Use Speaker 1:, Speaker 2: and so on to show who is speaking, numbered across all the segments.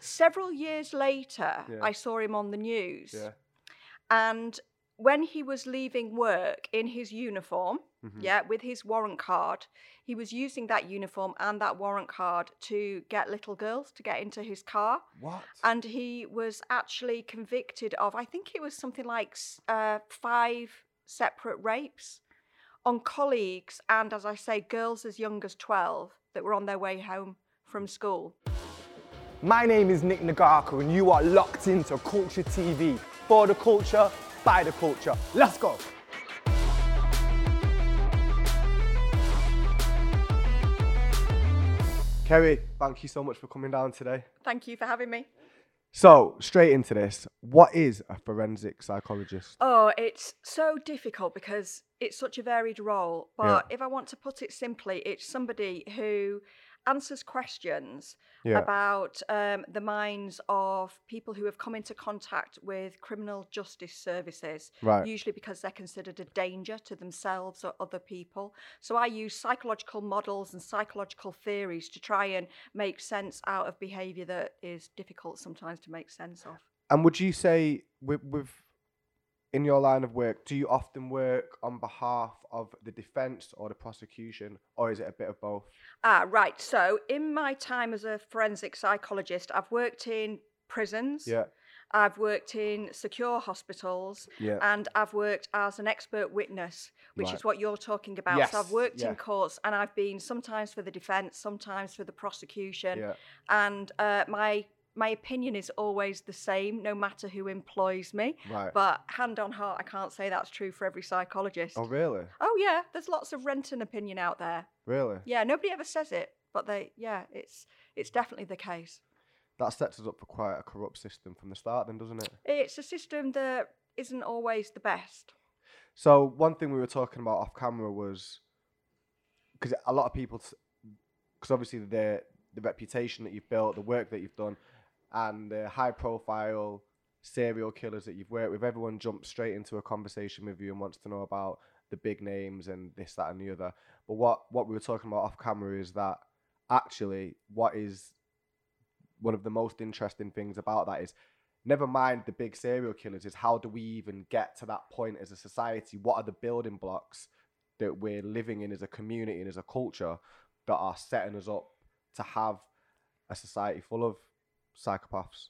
Speaker 1: Several years later,
Speaker 2: Yeah.
Speaker 1: I saw him on the news.
Speaker 2: Yeah.
Speaker 1: And when he was leaving work in his uniform,
Speaker 2: Mhm.
Speaker 1: yeah, with his warrant card, he was using that uniform and that warrant card to get little girls to get into his car.
Speaker 2: What?
Speaker 1: And he was actually convicted of, I think it was something like s- uh, five separate rapes on colleagues and, as I say, girls as young as 12 that were on their way home
Speaker 2: Mm.
Speaker 1: from school.
Speaker 3: My name is Nick Nagako, and you are locked into Culture TV for the culture, by the culture. Let's go.
Speaker 2: Kerry, thank you so much for coming down today.
Speaker 1: Thank you for having me.
Speaker 2: So, straight into this, what is a forensic psychologist?
Speaker 1: Oh, it's so difficult because it's such a varied role.
Speaker 2: Yeah.
Speaker 1: But if I want to put it simply, it's somebody who answers questions
Speaker 2: Yeah.
Speaker 1: about um, the minds of people who have come into contact with criminal justice services,
Speaker 2: Right.
Speaker 1: usually because they're considered a danger to themselves or other people. So I use psychological models and psychological theories to try and make sense out of behaviour that is difficult sometimes to make sense of.
Speaker 2: And would you say, with, with in your line of work, do you often work on behalf of the defence or the prosecution, or is it a bit of both?
Speaker 1: Ah, right. So, in my time as a forensic psychologist, I've worked in prisons,
Speaker 2: Yeah,
Speaker 1: I've worked in secure hospitals,
Speaker 2: yeah,
Speaker 1: and I've worked as an expert witness, which
Speaker 2: Right.
Speaker 1: is what you're talking about. So,
Speaker 2: Yes,
Speaker 1: I've worked
Speaker 2: yeah.
Speaker 1: in courts and I've been sometimes for the defence, sometimes for the prosecution.
Speaker 2: yeah.
Speaker 1: And uh, my my opinion is always the same, no matter who employs me.
Speaker 2: Right.
Speaker 1: But hand on heart, I can't say that's true for every psychologist.
Speaker 2: oh, really?
Speaker 1: oh yeah, there's lots of rent and opinion out there.
Speaker 2: Really?
Speaker 1: Yeah, nobody ever says it, but they yeah, it's it's definitely the case.
Speaker 2: That sets us up for quite a corrupt system from the start, then, doesn't it?
Speaker 1: It's a system that isn't always the best.
Speaker 2: So one thing we were talking about off camera was because a lot of people, because obviously the the reputation that you've built, the work that you've done, and the high profile serial killers that you've worked with, everyone jumps straight into a conversation with you and wants to know about the big names and this, that, and the other. But what what we were talking about off camera is that actually what is one of the most interesting things about that is never mind the big serial killers is how do we even get to that point as a society what are the building blocks that we're living in as a community and as a culture that are setting us up to have a society full of psychopaths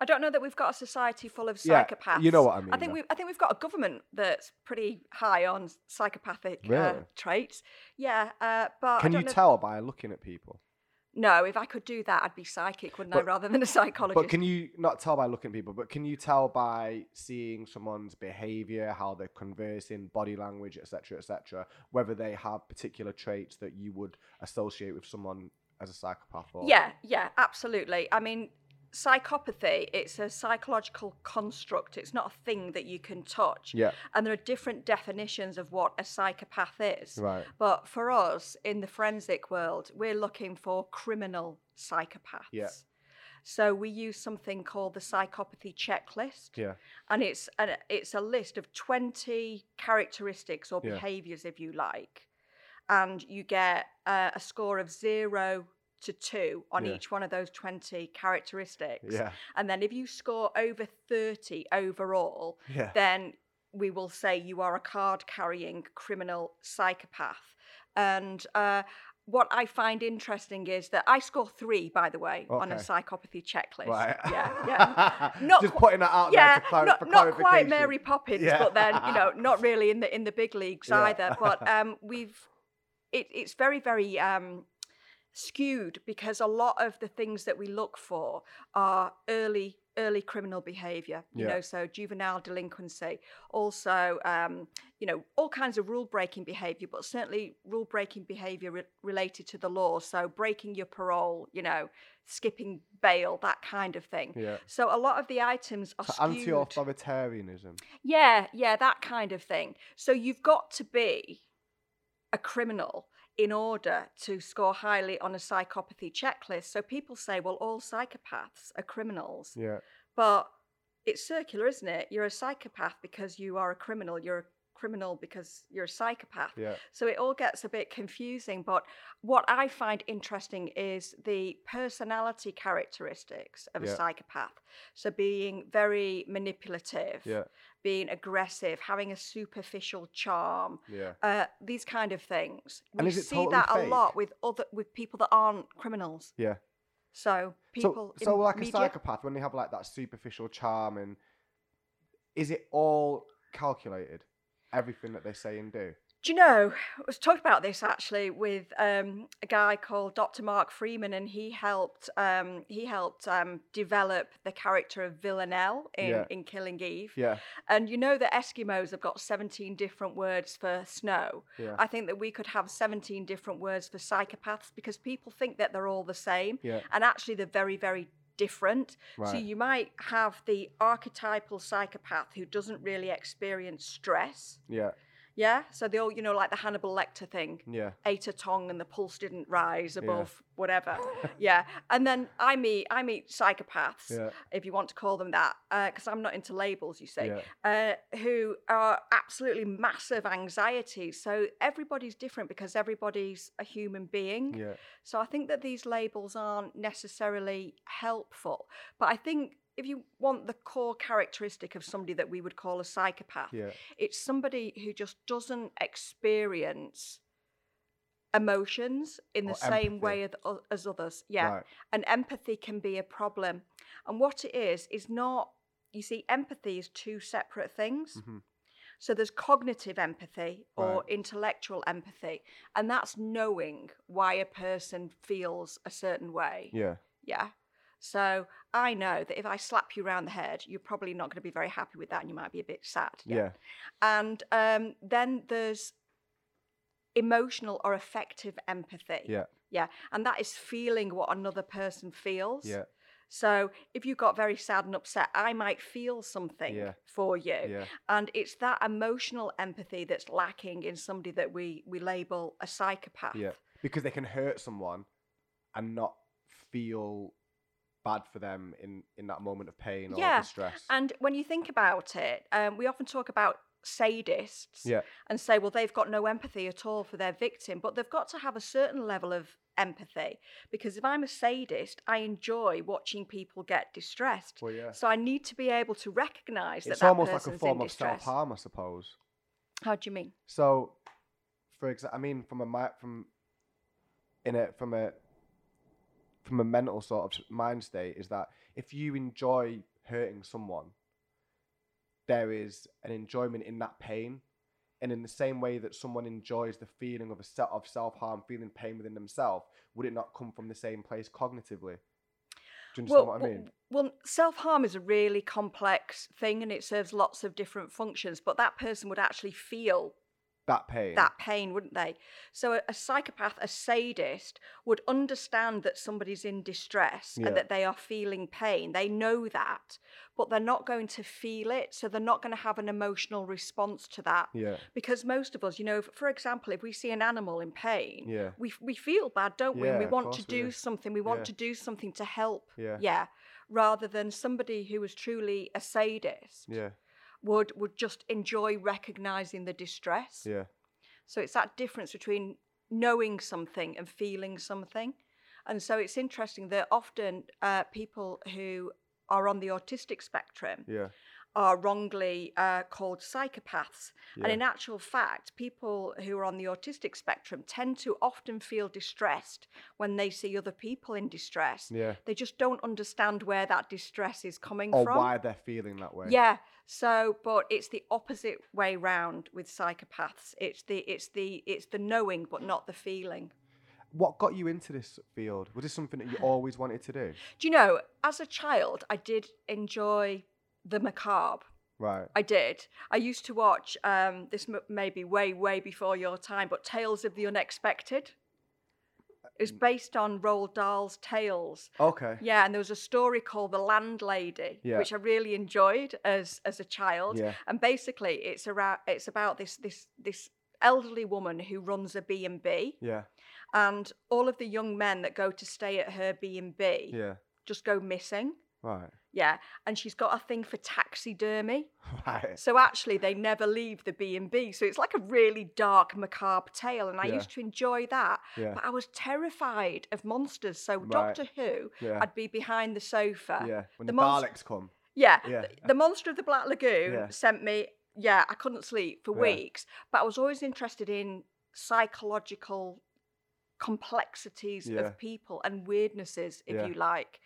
Speaker 1: I don't know that we've got a society full of
Speaker 2: Yeah,
Speaker 1: psychopaths.
Speaker 2: you know what I mean,
Speaker 1: I think
Speaker 2: though.
Speaker 1: we I think we've got a government that's pretty high on psychopathic uh,
Speaker 2: Really?
Speaker 1: traits. Yeah, uh, but I
Speaker 2: can
Speaker 1: don't
Speaker 2: you
Speaker 1: know-
Speaker 2: tell by looking at people
Speaker 1: No, if I could do that, I'd be psychic, wouldn't I?
Speaker 2: But-
Speaker 1: Rather than a psychologist.
Speaker 2: But can you not tell by looking at people? But can you tell by seeing someone's behaviour, how they're conversing, body language, etc., etc., whether they have particular traits that you would associate with someone as a psychopath? Or
Speaker 1: Yeah, yeah, absolutely. I mean, psychopathy, it's a psychological construct. It's not a thing that you can touch.
Speaker 2: Yeah.
Speaker 1: And there are different definitions of what a psychopath is.
Speaker 2: Right.
Speaker 1: But for us in the forensic world, we're looking for criminal psychopaths.
Speaker 2: Yeah.
Speaker 1: So we use something called the psychopathy checklist
Speaker 2: Yeah.
Speaker 1: and it's an, it's a list of 20 characteristics or
Speaker 2: Yeah.
Speaker 1: behaviors if you like and you get uh, a score of 0 to 2 on
Speaker 2: Yeah.
Speaker 1: each one of those 20 characteristics
Speaker 2: Yeah.
Speaker 1: and then if you score over 30 overall
Speaker 2: Yeah.
Speaker 1: then we will say you are a card carrying criminal psychopath and uh, what I find interesting is that I score three, by the way, on a
Speaker 2: Okay.
Speaker 1: psychopathy checklist.
Speaker 2: Right.
Speaker 1: Yeah, yeah. Not
Speaker 2: Just
Speaker 1: qui-
Speaker 2: putting that out
Speaker 1: yeah,
Speaker 2: there to clar-
Speaker 1: not,
Speaker 2: for
Speaker 1: not quite
Speaker 2: clarification.
Speaker 1: Mary Poppins,
Speaker 2: Yeah.
Speaker 1: but then you know, not really in the in the big leagues
Speaker 2: Yeah.
Speaker 1: either. But um, we've it, it's very very um, skewed because a lot of the things that we look for are early early criminal behaviour you
Speaker 2: Yeah.
Speaker 1: know so juvenile delinquency also um, you know all kinds of rule breaking behaviour but certainly rule breaking behaviour re- related to the law so breaking your parole you know skipping bail that kind of thing
Speaker 2: Yeah.
Speaker 1: so a lot of the items are
Speaker 2: So
Speaker 1: skewed.
Speaker 2: anti-authoritarianism.
Speaker 1: Yeah, yeah, that kind of thing. So you've got to be a criminal in order to score highly on a psychopathy checklist. So people say, well, all psychopaths are criminals,
Speaker 2: Yeah.
Speaker 1: but it's circular, isn't it? You're a psychopath because you are a criminal. You're a criminal because you're a psychopath.
Speaker 2: Yeah.
Speaker 1: So it all gets a bit confusing. But what I find interesting is the personality characteristics of
Speaker 2: Yeah.
Speaker 1: a psychopath. So being very manipulative,
Speaker 2: Yeah.
Speaker 1: being aggressive, having a superficial charm.
Speaker 2: Yeah.
Speaker 1: Uh, these kind of things. We
Speaker 2: And is it
Speaker 1: see
Speaker 2: totally
Speaker 1: that a
Speaker 2: fake?
Speaker 1: lot with other with people that aren't criminals.
Speaker 2: Yeah.
Speaker 1: So people
Speaker 2: so, so
Speaker 1: in
Speaker 2: like
Speaker 1: media-
Speaker 2: a psychopath when they have like that superficial charm and is it all calculated everything that they say and do
Speaker 1: Do you know, I was talking about this actually with um, a guy called Dr. Mark Freeman, and he helped um, he helped um, develop the character of Villanelle in,
Speaker 2: Yeah.
Speaker 1: in Killing Eve.
Speaker 2: yeah
Speaker 1: And you know that Eskimos have got 17 different words for snow.
Speaker 2: yeah
Speaker 1: I think that we could have 17 different words for psychopaths because people think that they're all the same,
Speaker 2: yeah
Speaker 1: and actually they're very, very different. So
Speaker 2: right
Speaker 1: you might have the archetypal psychopath who doesn't really experience stress.
Speaker 2: yeah
Speaker 1: Yeah. So the old, you know, like the Hannibal Lecter thing,
Speaker 2: yeah
Speaker 1: ate a tongue and the pulse didn't rise
Speaker 2: Yeah.
Speaker 1: above whatever. yeah. And then I meet I meet psychopaths,
Speaker 2: yeah
Speaker 1: if you want to call them that, because I'm not into labels, you see,
Speaker 2: yeah
Speaker 1: uh, who are absolutely massive anxiety. So everybody's different because everybody's a human being.
Speaker 2: yeah
Speaker 1: So I think that these labels aren't necessarily helpful. But I think if you want the core characteristic of somebody that we would call a psychopath
Speaker 2: yeah
Speaker 1: it's somebody who just doesn't experience emotions in the
Speaker 2: Or
Speaker 1: same
Speaker 2: empathy.
Speaker 1: way as, as others yeah
Speaker 2: right
Speaker 1: and empathy can be a problem and what it is is not you see empathy is two separate things
Speaker 2: mhm,
Speaker 1: so there's cognitive empathy or
Speaker 2: Right.
Speaker 1: intellectual empathy and that's knowing why a person feels a certain way
Speaker 2: yeah
Speaker 1: yeah. So I know that if I slap you round the head, you're probably not going to be very happy with that and you might be a bit sad.
Speaker 2: yeah
Speaker 1: And um, then there's emotional or affective empathy.
Speaker 2: Yeah.
Speaker 1: Yeah. And that is feeling what another person feels.
Speaker 2: yeah
Speaker 1: So if you got very sad and upset, I might feel something
Speaker 2: Yeah.
Speaker 1: for you.
Speaker 2: yeah
Speaker 1: And it's that emotional empathy that's lacking in somebody that we, we label a psychopath.
Speaker 2: yeah because they can hurt someone and not feel bad for them in in that moment of pain or
Speaker 1: Yeah,
Speaker 2: distress
Speaker 1: And when you think about it, um, we often talk about sadists
Speaker 2: Yeah.
Speaker 1: and say, well, they've got no empathy at all for their victim, but they've got to have a certain level of empathy because if I'm a sadist, I enjoy watching people get distressed.
Speaker 2: well yeah
Speaker 1: So I need to be able to recognise that
Speaker 2: it's
Speaker 1: that
Speaker 2: almost like
Speaker 1: person's
Speaker 2: a form
Speaker 1: in
Speaker 2: of
Speaker 1: distress.
Speaker 2: self-harm i suppose
Speaker 1: How do you mean?
Speaker 2: So, for example, I mean, from a mi- from in a from a from a mental sort of s- mind state is that if you enjoy hurting someone, there is an enjoyment in that pain, and in the same way that someone enjoys the feeling of a set of self harm, feeling pain within themselves, would it not come from the same place cognitively? Do you understand
Speaker 1: Well,
Speaker 2: what I
Speaker 1: well-
Speaker 2: mean?
Speaker 1: Well, self harm is a really complex thing and it serves lots of different functions, but that person would actually feel
Speaker 2: That pain.
Speaker 1: that pain, wouldn't they? So a, a psychopath, a sadist, would understand that somebody's in distress
Speaker 2: Yeah.
Speaker 1: and that they are feeling pain. They know that, but they're not going to feel it. So they're not going to have an emotional response to that.
Speaker 2: Yeah.
Speaker 1: Because most of us, you know, if, for example, if we see an animal in pain,
Speaker 2: Yeah.
Speaker 1: we, f- we feel bad, don't we? And we
Speaker 2: Yeah, of
Speaker 1: want to
Speaker 2: course we
Speaker 1: do
Speaker 2: do.
Speaker 1: something. We want
Speaker 2: Yeah.
Speaker 1: to do something to help.
Speaker 2: Yeah.
Speaker 1: yeah. Rather than somebody who is truly a sadist
Speaker 2: Yeah.
Speaker 1: would would just enjoy recognizing the distress.
Speaker 2: Yeah.
Speaker 1: So it's that difference between knowing something and feeling something. And so it's interesting that often uh, people who are on the autistic spectrum
Speaker 2: Yeah.
Speaker 1: are wrongly uh, called psychopaths.
Speaker 2: Yeah.
Speaker 1: And in actual fact, people who are on the autistic spectrum tend to often feel distressed when they see other people in distress.
Speaker 2: yeah.
Speaker 1: They just don't understand where that distress is coming
Speaker 2: Or
Speaker 1: from.
Speaker 2: why they're feeling that way.
Speaker 1: Yeah. So, but it's the opposite way round with psychopaths. It's the it's the it's the knowing but not the feeling.
Speaker 2: What got you into this field? Was this something that you always wanted to do?
Speaker 1: Do you know, as a child I did enjoy the macabre.
Speaker 2: Right.
Speaker 1: I did. I used to watch um this m- maybe way way before your time, but Tales of the Unexpected. It was based on Roald Dahl's tales
Speaker 2: Okay.
Speaker 1: Yeah, and there was a story called The Landlady,
Speaker 2: Yeah.
Speaker 1: which I really enjoyed as as a child.
Speaker 2: Yeah.
Speaker 1: And basically, it's around it's about this this this elderly woman who runs a B and B,
Speaker 2: Yeah.
Speaker 1: and all of the young men that go to stay at her B and B
Speaker 2: Yeah.
Speaker 1: just go missing.
Speaker 2: Right.
Speaker 1: Yeah, and she's got a thing for taxidermy.
Speaker 2: Right.
Speaker 1: So actually, they never leave the B and B. So it's like a really dark, macabre tale, and I
Speaker 2: Yeah.
Speaker 1: used to enjoy that.
Speaker 2: Yeah.
Speaker 1: But I was terrified of monsters. So
Speaker 2: Right.
Speaker 1: Doctor Who,
Speaker 2: Yeah.
Speaker 1: I'd be behind the sofa.
Speaker 2: yeah.
Speaker 1: uh,
Speaker 2: When the,
Speaker 1: the monst-
Speaker 2: Daleks come.
Speaker 1: Yeah.
Speaker 2: Yeah.
Speaker 1: th- The Monster of the Black Lagoon
Speaker 2: Yeah.
Speaker 1: sent me, yeah, I couldn't sleep for
Speaker 2: Yeah.
Speaker 1: weeks, but I was always interested in psychological complexities
Speaker 2: Yeah.
Speaker 1: of people and weirdnesses, if
Speaker 2: Yeah.
Speaker 1: you like.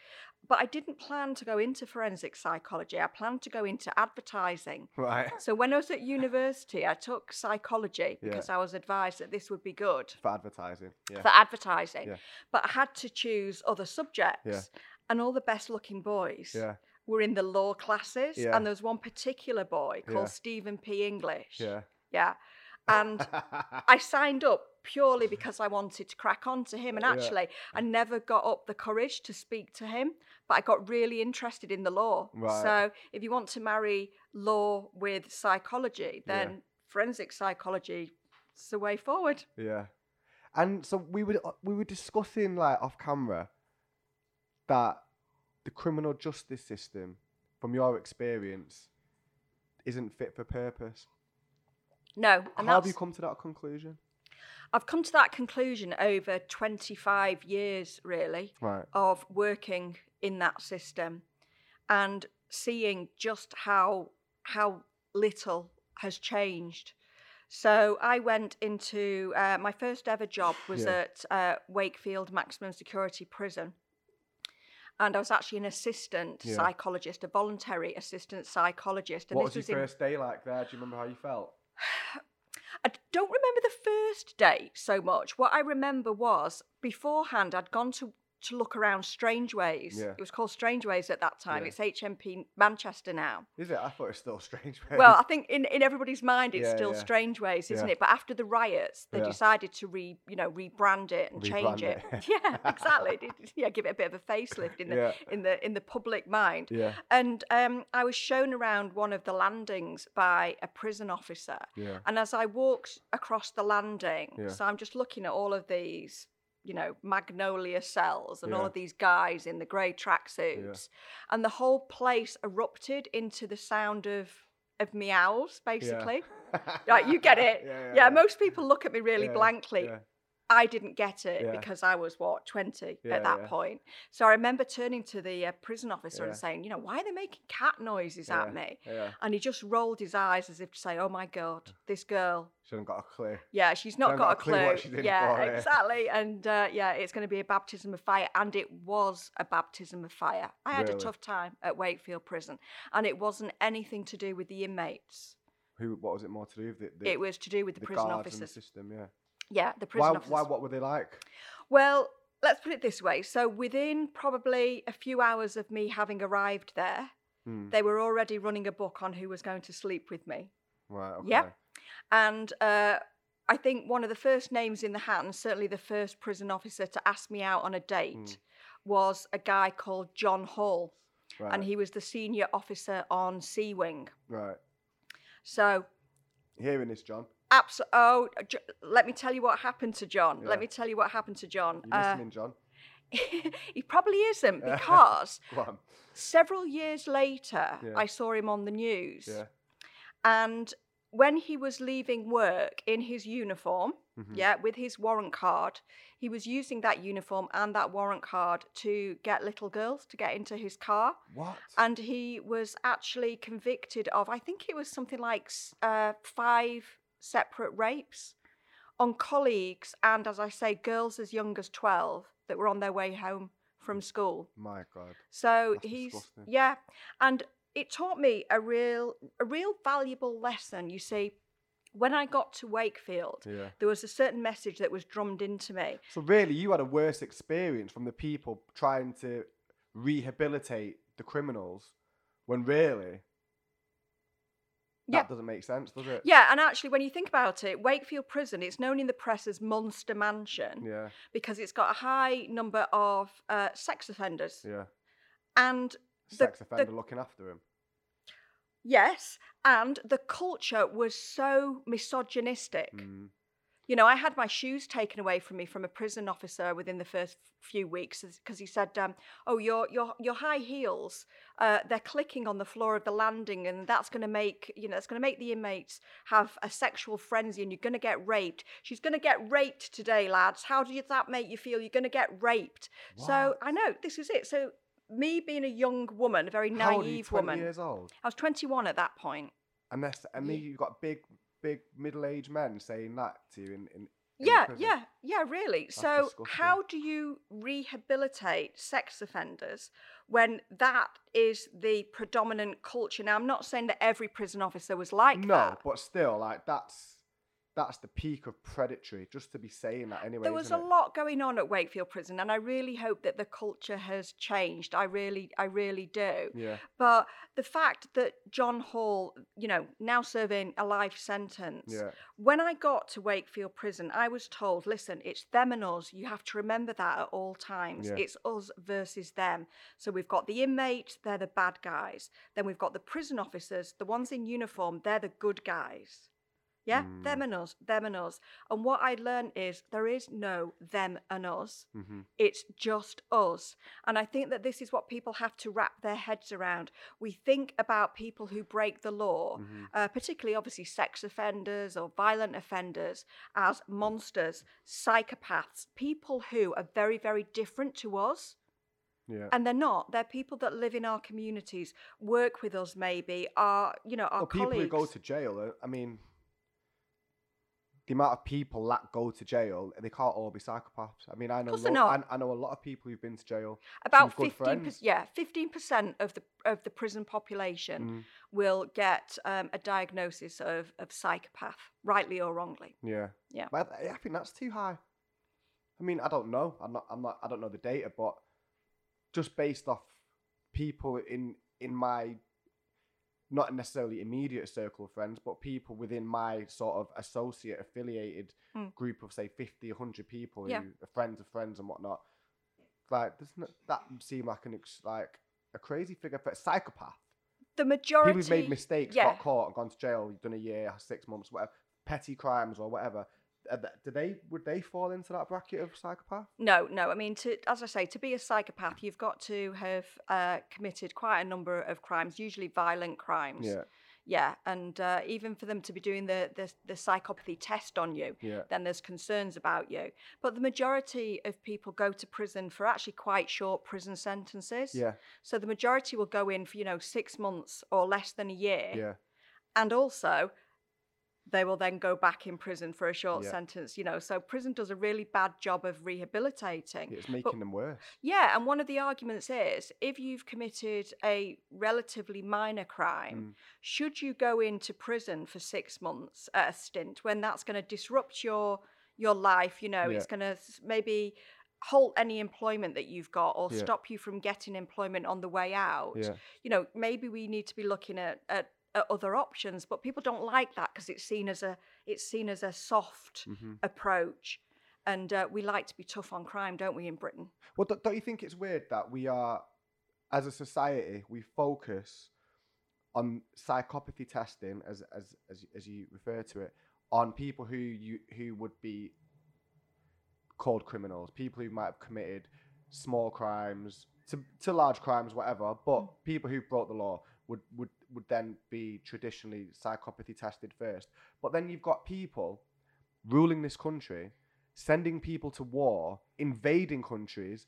Speaker 1: But I didn't plan to go into forensic psychology, I planned to go into advertising.
Speaker 2: Right.
Speaker 1: So when I was at university, I took psychology
Speaker 2: Yeah.
Speaker 1: because I was advised that this would be good
Speaker 2: For advertising. Yeah.
Speaker 1: for advertising.
Speaker 2: Yeah.
Speaker 1: But I had to choose other subjects. And all the best looking boys
Speaker 2: yeah.
Speaker 1: were in the law classes,
Speaker 2: Yeah.
Speaker 1: and there was one particular boy called
Speaker 2: Yeah.
Speaker 1: Stephen P. English.
Speaker 2: Yeah.
Speaker 1: Yeah. And I signed up purely because I wanted to crack on to him. And
Speaker 2: Yeah.
Speaker 1: actually, I never got up the courage to speak to him, but I got really interested in the law.
Speaker 2: Right.
Speaker 1: So if you want to marry law with psychology,
Speaker 2: Yeah.
Speaker 1: then forensic psychology is the way forward.
Speaker 2: Yeah, and so we were we were discussing like off camera that the criminal justice system, from your experience, isn't fit for purpose.
Speaker 1: No. And
Speaker 2: How have
Speaker 1: that's-
Speaker 2: you come to that conclusion?
Speaker 1: I've come to that conclusion over 25 years, really.
Speaker 2: Right.
Speaker 1: of working in that system and seeing just how how little has changed. So I went into uh, my first ever job was
Speaker 2: Yeah.
Speaker 1: at uh, Wakefield Maximum Security Prison, and I was actually an assistant
Speaker 2: Yeah.
Speaker 1: psychologist, a voluntary assistant psychologist. And
Speaker 2: what was your
Speaker 1: in-
Speaker 2: first day like there? Do you remember how you felt?
Speaker 1: I d- don't remember the first day so much. What I remember was beforehand, I'd gone to to look around Strange Ways.
Speaker 2: Yeah.
Speaker 1: It was called Strange Ways at that time.
Speaker 2: Yeah.
Speaker 1: It's HMP Manchester now.
Speaker 2: Is it? I thought it's still strange.
Speaker 1: Well, I think in, in everybody's mind, it's
Speaker 2: Yeah,
Speaker 1: still
Speaker 2: yeah.
Speaker 1: Strange Ways, isn't
Speaker 2: Yeah.
Speaker 1: it? But after the riots, they
Speaker 2: Yeah.
Speaker 1: decided to re you know rebrand it and change
Speaker 2: Rebrand
Speaker 1: it.
Speaker 2: it.
Speaker 1: yeah, exactly. Did- yeah, give it a bit of a facelift in the
Speaker 2: Yeah.
Speaker 1: in the in the public mind.
Speaker 2: yeah,
Speaker 1: And um, I was shown around one of the landings by a prison officer.
Speaker 2: yeah,
Speaker 1: And as I walked across the landing,
Speaker 2: Yeah.
Speaker 1: so I'm just looking at all of these, you know, magnolia cells and all
Speaker 2: Yeah.
Speaker 1: of these guys in the grey tracksuits. And the whole place erupted into the sound of of meows, basically. Right, you get it.
Speaker 2: Yeah,
Speaker 1: Yeah,
Speaker 2: yeah,
Speaker 1: most people look at me really
Speaker 2: Yeah,
Speaker 1: blankly.
Speaker 2: yeah.
Speaker 1: I didn't get it
Speaker 2: Yeah.
Speaker 1: because I was what 20
Speaker 2: Yeah,
Speaker 1: at that
Speaker 2: yeah.
Speaker 1: point. So I remember turning to the uh, prison officer
Speaker 2: Yeah.
Speaker 1: and saying, you know, why are they making cat noises
Speaker 2: Yeah.
Speaker 1: at me?
Speaker 2: Yeah,
Speaker 1: And he just rolled his eyes as if to say, oh my God, this girl,
Speaker 2: should not got a clue.
Speaker 1: yeah, she's not
Speaker 2: Don't
Speaker 1: got, a clue.
Speaker 2: what she's in
Speaker 1: yeah,
Speaker 2: for, yeah.
Speaker 1: exactly. And uh, yeah, it's going to be a baptism of fire. And it was a baptism of fire. I had
Speaker 2: Really?
Speaker 1: a tough time at Wakefield Prison, and it wasn't anything to do with the inmates.
Speaker 2: Who? What was it more to do with the, the,
Speaker 1: it was to do with the,
Speaker 2: the
Speaker 1: prison
Speaker 2: guards and the
Speaker 1: officers.
Speaker 2: system? Yeah.
Speaker 1: yeah, the
Speaker 2: Why?
Speaker 1: prison officers.
Speaker 2: Why? What were they like?
Speaker 1: Well, let's put it this way. So within probably a few hours of me having arrived there,
Speaker 2: Hmm,
Speaker 1: they were already running a book on who was going to sleep with me.
Speaker 2: Right. Okay.
Speaker 1: Yeah. And uh, I think one of the first names in the hat, and certainly the first prison officer to ask me out on a date,
Speaker 2: Mm.
Speaker 1: was a guy called John Hall.
Speaker 2: Right.
Speaker 1: And he was the senior officer on Sea Wing.
Speaker 2: Right.
Speaker 1: So,
Speaker 2: Hearing this, John.
Speaker 1: abso- oh, J- let me tell you what happened to John.
Speaker 2: Yeah.
Speaker 1: Let me tell you what happened to John.
Speaker 2: You
Speaker 1: Uh,
Speaker 2: listening, John?
Speaker 1: he probably isn't because
Speaker 2: Go on.
Speaker 1: several years later,
Speaker 2: Yeah.
Speaker 1: I saw him on the news.
Speaker 2: Yeah.
Speaker 1: And when he was leaving work in his uniform,
Speaker 2: Mhm.
Speaker 1: yeah, with his warrant card, he was using that uniform and that warrant card to get little girls to get into his car.
Speaker 2: What?
Speaker 1: And he was actually convicted of, I think it was something like s- uh, five separate rapes on colleagues and, as I say, girls as young as 12 that were on their way home from school.
Speaker 2: My God.
Speaker 1: So
Speaker 2: Mm. That's
Speaker 1: he's
Speaker 2: disgusting.
Speaker 1: yeah, and it taught me a real a real valuable lesson. You see, when I got to Wakefield,
Speaker 2: Yeah.
Speaker 1: there was a certain message that was drummed into me.
Speaker 2: So really, you had a worse experience from the people trying to rehabilitate the criminals, when really,
Speaker 1: Yeah.
Speaker 2: that doesn't make sense, does it?
Speaker 1: Yeah, and actually, when you think about it, Wakefield Prison, it's known in the press as Monster Mansion
Speaker 2: Yeah.
Speaker 1: because it's got a high number of uh, sex offenders.
Speaker 2: Yeah.
Speaker 1: And The-
Speaker 2: Sex
Speaker 1: the-
Speaker 2: offender looking after him.
Speaker 1: yes, and the culture was so misogynistic.
Speaker 2: Mm.
Speaker 1: You know, I had my shoes taken away from me from a prison officer within the first few weeks because he said, um, "Oh, your your your high heels, uh, they're clicking on the floor of the landing, and that's going to make you know it's going to make the inmates have a sexual frenzy, and you're going to get raped. She's going to get raped today, lads. How does that make you feel? You're going to get raped." So I know this is it. So me being a young woman, a very
Speaker 2: How old are you,
Speaker 1: naive
Speaker 2: 20
Speaker 1: woman,
Speaker 2: years old.
Speaker 1: I was 21 at that point.
Speaker 2: And, that's, and then you've got big, big middle-aged men saying that to you in, in in the
Speaker 1: Yeah,
Speaker 2: prison.
Speaker 1: yeah, yeah, really. so,
Speaker 2: disgusting.
Speaker 1: how do you rehabilitate sex offenders when that is the predominant culture? Now, I'm not saying that every prison officer was like
Speaker 2: no,
Speaker 1: that.
Speaker 2: but still, like that's that's the peak of predatory. Just to be saying that anyway.
Speaker 1: There was a
Speaker 2: isn't it?
Speaker 1: lot going on at Wakefield Prison, and I really hope that the culture has changed. I really, I really do.
Speaker 2: Yeah.
Speaker 1: But the fact that John Hall, you know, now serving a life sentence,
Speaker 2: Yeah.
Speaker 1: when I got to Wakefield Prison, I was told, listen, it's them and us. You have to remember that at all times.
Speaker 2: Yeah.
Speaker 1: It's us versus them. So we've got the inmates, they're the bad guys. Then we've got the prison officers, the ones in uniform, they're the good guys. Yeah,
Speaker 2: Mm.
Speaker 1: them and us, them and us. And what I learned is there is no them and us.
Speaker 2: Mhm.
Speaker 1: It's just us. And I think that this is what people have to wrap their heads around. We think about people who break the law,
Speaker 2: Mm-hmm.
Speaker 1: uh, particularly obviously sex offenders or violent offenders, as monsters, psychopaths, people who are very, very different to us.
Speaker 2: Yeah.
Speaker 1: And they're not. They're people that live in our communities, work with us maybe, are, you know, our
Speaker 2: Well, people
Speaker 1: colleagues.
Speaker 2: who go to jail. uh, I mean, the amount of people that go to jail, they can't all be psychopaths. I mean, I know.
Speaker 1: course they're
Speaker 2: lo-
Speaker 1: not.
Speaker 2: I, I know a lot of people who've been to jail.
Speaker 1: about
Speaker 2: good
Speaker 1: 15
Speaker 2: friends.
Speaker 1: yeah 15 percent of the of the prison population
Speaker 2: Mm.
Speaker 1: will get um, a diagnosis of, of psychopath rightly or wrongly
Speaker 2: Yeah.
Speaker 1: Yeah.
Speaker 2: But I, I think that's too high. I mean, I don't know. I'm not. I'm not. I don't know the data, but just based off people in in my not necessarily immediate circle of friends, but people within my sort of associate affiliated
Speaker 1: Mm.
Speaker 2: group of say 50, 100 people
Speaker 1: Yeah.
Speaker 2: who are friends of friends and whatnot. Like, doesn't it- that seem like an ex- like a crazy figure for a psychopath?
Speaker 1: the majority
Speaker 2: People who've made mistakes,
Speaker 1: yeah.
Speaker 2: got caught, gone to jail, done a year, six months, whatever, petty crimes or whatever. uh, th- Do they would they fall into that bracket of psychopath?
Speaker 1: no no i mean to as i say to be a psychopath you've got to have uh, committed quite a number of crimes usually violent crimes yeah and uh, even for them to be doing the, the the psychopathy test on you
Speaker 2: yeah,
Speaker 1: then there's concerns about you but the majority of people go to prison for actually quite short prison sentences
Speaker 2: yeah,
Speaker 1: So the majority will go in for, you know, six months or less than a year.
Speaker 2: yeah.
Speaker 1: And also, they will then go back in prison for a short
Speaker 2: Yeah.
Speaker 1: sentence, you know. So prison does a really bad job of rehabilitating.
Speaker 2: It's making them worse.
Speaker 1: Yeah, and one of the arguments is if you've committed a relatively minor
Speaker 2: Mm.
Speaker 1: crime, should you go into prison for six months at a stint when that's going to disrupt your your life? You know, it's going to maybe halt any employment that you've got or
Speaker 2: Yeah.
Speaker 1: stop you from getting employment on the way out.
Speaker 2: Yeah.
Speaker 1: You know, maybe we need to be looking at at, at other options, but people don't like that because it's seen as a it's seen as a soft
Speaker 2: mm-hmm.
Speaker 1: approach. And uh, we like to be tough on crime, don't we, in Britain?
Speaker 2: Well, don't, don't you think it's weird that we are, as a society, we focus on psychopathy testing, as as as, as you refer to it, on people who you who would be called criminals, people who might have committed small crimes to, to large crimes, whatever, but people who broke the law would, would, would then be traditionally psychopathy tested first. But then you've got people ruling this country, sending people to war, invading countries,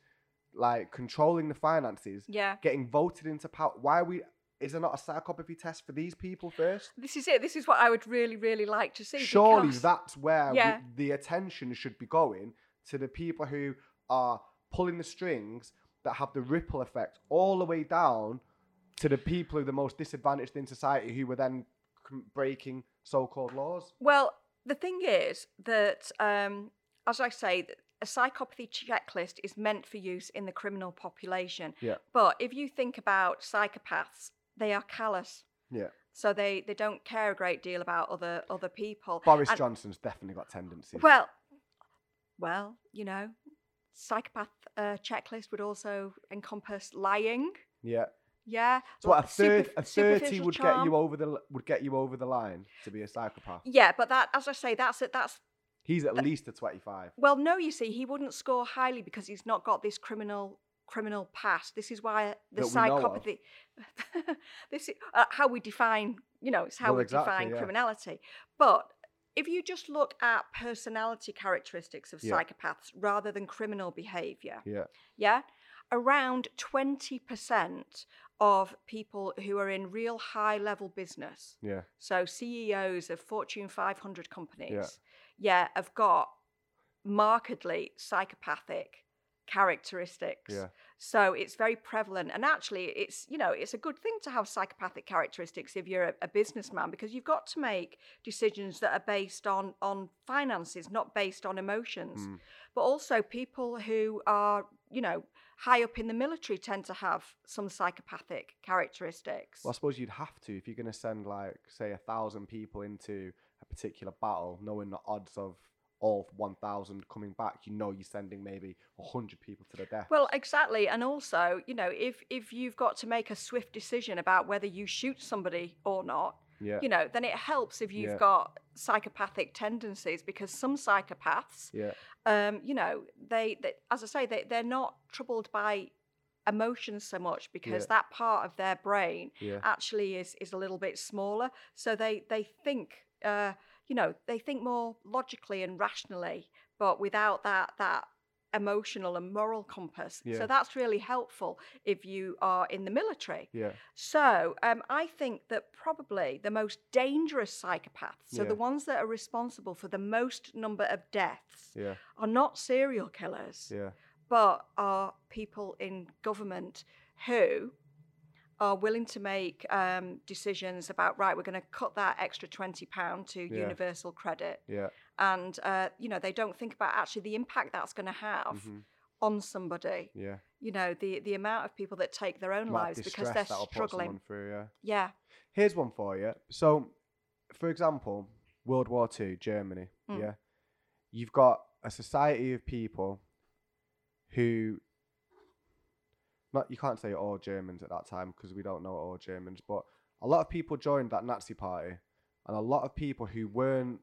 Speaker 2: like controlling the finances,
Speaker 1: Yeah.
Speaker 2: getting voted into power. Why are we is there not a psychopathy test for these people first?
Speaker 1: This is it. This is what I would really, really like to see.
Speaker 2: Surely
Speaker 1: because-
Speaker 2: that's where we-
Speaker 1: Yeah.
Speaker 2: the attention should be going to the people who are pulling the strings that have the ripple effect all the way down to the people who are the most disadvantaged in society who were then c- breaking so-called laws.
Speaker 1: Well, the thing is that, um, as I say, th- a psychopathy checklist is meant for use in the criminal population.
Speaker 2: Yeah.
Speaker 1: But if you think about psychopaths, they are callous.
Speaker 2: Yeah.
Speaker 1: So they, they don't care a great deal about other other people.
Speaker 2: Boris
Speaker 1: And-
Speaker 2: Johnson's definitely got tendencies.
Speaker 1: Well, well, you know, psychopath uh, checklist would also encompass lying.
Speaker 2: yeah.
Speaker 1: Yeah.
Speaker 2: So what, a
Speaker 1: superf-
Speaker 2: third, a thirty
Speaker 1: superficial
Speaker 2: would get
Speaker 1: charm.
Speaker 2: you over the l- would get you over the line to be a psychopath.
Speaker 1: Yeah, but that, as I say, that's it. That's
Speaker 2: He's at least a 25.
Speaker 1: Well, no, you see, he wouldn't score highly because he's not got this criminal criminal past. This is why the
Speaker 2: That we know of.
Speaker 1: psychopathy. this is uh, how we define. You know, it's how
Speaker 2: Well,
Speaker 1: we
Speaker 2: exactly,
Speaker 1: define
Speaker 2: yeah.
Speaker 1: criminality. But if you just look at personality characteristics of
Speaker 2: Yeah.
Speaker 1: psychopaths rather than criminal behavior,
Speaker 2: Yeah.
Speaker 1: yeah, around twenty percent of people who are in real high level business
Speaker 2: Yeah.
Speaker 1: so CEOs of Fortune 500 companies, yeah, have got markedly psychopathic characteristics.
Speaker 2: Yeah.
Speaker 1: So it's very prevalent, and actually, it's you know it's a good thing to have psychopathic characteristics if you're a, a businessman because you've got to make decisions that are based on on finances, not based on emotions.
Speaker 2: Mm.
Speaker 1: But also, people who are you know high up in the military tend to have some psychopathic characteristics.
Speaker 2: Well, I suppose you'd have to if you're going to send like say a thousand people into a particular battle, knowing the odds of all 1,000 coming back. You know, you're sending maybe 100 people to the death.
Speaker 1: Well, exactly, and also, you know, if if you've got to make a swift decision about whether you shoot somebody or not,
Speaker 2: yeah.
Speaker 1: you know, then it helps if you've
Speaker 2: Yeah.
Speaker 1: got psychopathic tendencies because some psychopaths,
Speaker 2: yeah.
Speaker 1: um, you know, they, they as I say, they they're not troubled by emotions so much because
Speaker 2: Yeah.
Speaker 1: that part of their brain
Speaker 2: Yeah.
Speaker 1: actually is is a little bit smaller, so they they think. Uh, you know, they think more logically and rationally, but without that that emotional and moral compass.
Speaker 2: Yeah.
Speaker 1: So that's really helpful if you are in the military.
Speaker 2: Yeah.
Speaker 1: So um, I think that probably the most dangerous psychopaths, so
Speaker 2: Yeah.
Speaker 1: the ones that are responsible for the most number of deaths,
Speaker 2: Yeah.
Speaker 1: are not serial killers,
Speaker 2: Yeah.
Speaker 1: but are people in government who are willing to make um, decisions about right. We're going to cut that extra twenty pound to
Speaker 2: Yeah.
Speaker 1: universal credit
Speaker 2: Yeah.
Speaker 1: and uh, you know they don't think about actually the impact that's going to have
Speaker 2: mhm,
Speaker 1: on somebody
Speaker 2: Yeah.
Speaker 1: you know the the amount of people that take their own
Speaker 2: Amount of
Speaker 1: lives because
Speaker 2: distress
Speaker 1: they're
Speaker 2: that'll put
Speaker 1: struggling
Speaker 2: someone Through, yeah.
Speaker 1: yeah
Speaker 2: Here's one for you. So, for example, World War Two, Germany.
Speaker 1: Mm.
Speaker 2: Yeah, you've got a society of people who. Not you can't say all Germans at that time because we don't know all Germans, but a lot of people joined that Nazi party, and a lot of people who weren't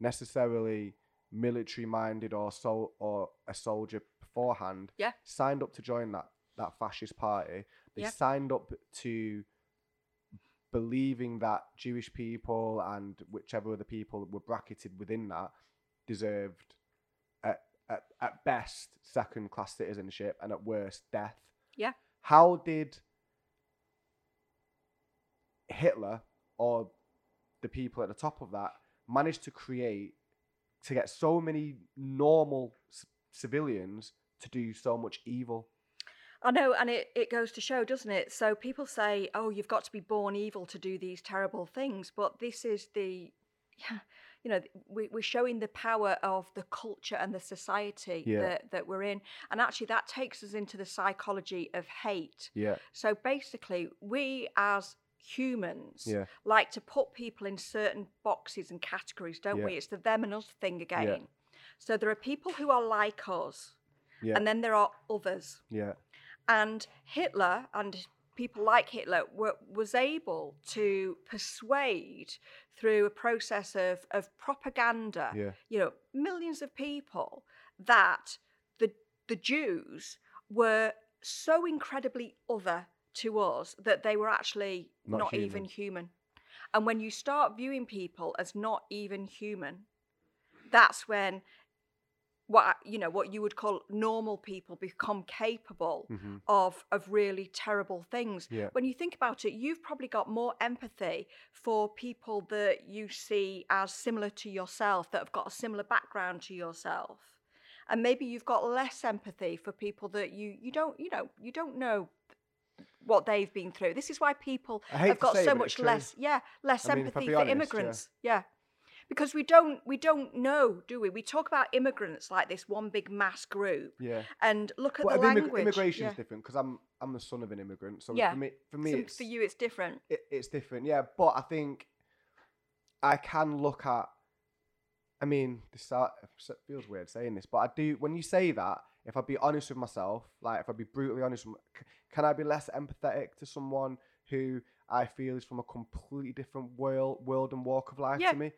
Speaker 2: necessarily military minded or sol- or a soldier beforehand
Speaker 1: Yeah.
Speaker 2: signed up to join that that fascist party. They
Speaker 1: Yeah.
Speaker 2: signed up to believing that Jewish people and whichever other people that were bracketed within that deserved at, at, at best second class citizenship and at worst death.
Speaker 1: Yeah.
Speaker 2: How did Hitler or the people at the top of that manage to create to get so many normal c- civilians to do so much evil?
Speaker 1: i know and it, it goes to show doesn't it so people say oh you've got to be born evil to do these terrible things but this is the you know we, we're showing the power of the culture and the society
Speaker 2: Yeah.
Speaker 1: that, that we're in and actually that takes us into the psychology of hate
Speaker 2: Yeah,
Speaker 1: So basically, we as humans
Speaker 2: Yeah.
Speaker 1: like to put people in certain boxes and categories, don't
Speaker 2: Yeah.
Speaker 1: we? It's the them and us thing again. So there are people who are like us,
Speaker 2: Yeah.
Speaker 1: and then there are others.
Speaker 2: yeah,
Speaker 1: And Hitler and people like Hitler were, was able to persuade through a process of, of propaganda,
Speaker 2: yeah,
Speaker 1: you know, millions of people that the the Jews were so incredibly other to us that they were actually
Speaker 2: Not
Speaker 1: not, even
Speaker 2: human.
Speaker 1: human. And when you start viewing people as not even human, that's when what I- you know what you would call normal people become capable
Speaker 2: hmm
Speaker 1: of of really terrible things.
Speaker 2: yeah.
Speaker 1: When you think about it, you've probably got more empathy for people that you see as similar to yourself, that have got a similar background to yourself. And maybe you've got less empathy for people that you you don't you know you don't know what they've been through. This is why people
Speaker 2: I hate
Speaker 1: have
Speaker 2: to
Speaker 1: got
Speaker 2: say it,
Speaker 1: so
Speaker 2: but
Speaker 1: much
Speaker 2: it's true.
Speaker 1: less yeah less
Speaker 2: I mean, if I
Speaker 1: empathy
Speaker 2: be
Speaker 1: for
Speaker 2: honest, yeah.
Speaker 1: immigrants. yeah. Because we don't we don't know, do we? We talk about immigrants like this one big mass group
Speaker 2: Yeah.
Speaker 1: and look at
Speaker 2: Well,
Speaker 1: the
Speaker 2: if immig-
Speaker 1: language.
Speaker 2: immigration
Speaker 1: yeah.
Speaker 2: is different because I'm I'm the son of an immigrant, so
Speaker 1: Yeah.
Speaker 2: for me, for me,
Speaker 1: Some-
Speaker 2: it's,
Speaker 1: for you it's different.
Speaker 2: it, it's different. Yeah, but I think I can look at. I mean, this sou- it feels weird saying this, but I do. When you say that, if I be honest with myself, like if I be brutally honest, with, m- c- can I be less empathetic to someone who I feel is from a completely different world, world and walk of life
Speaker 1: Yeah.
Speaker 2: to me?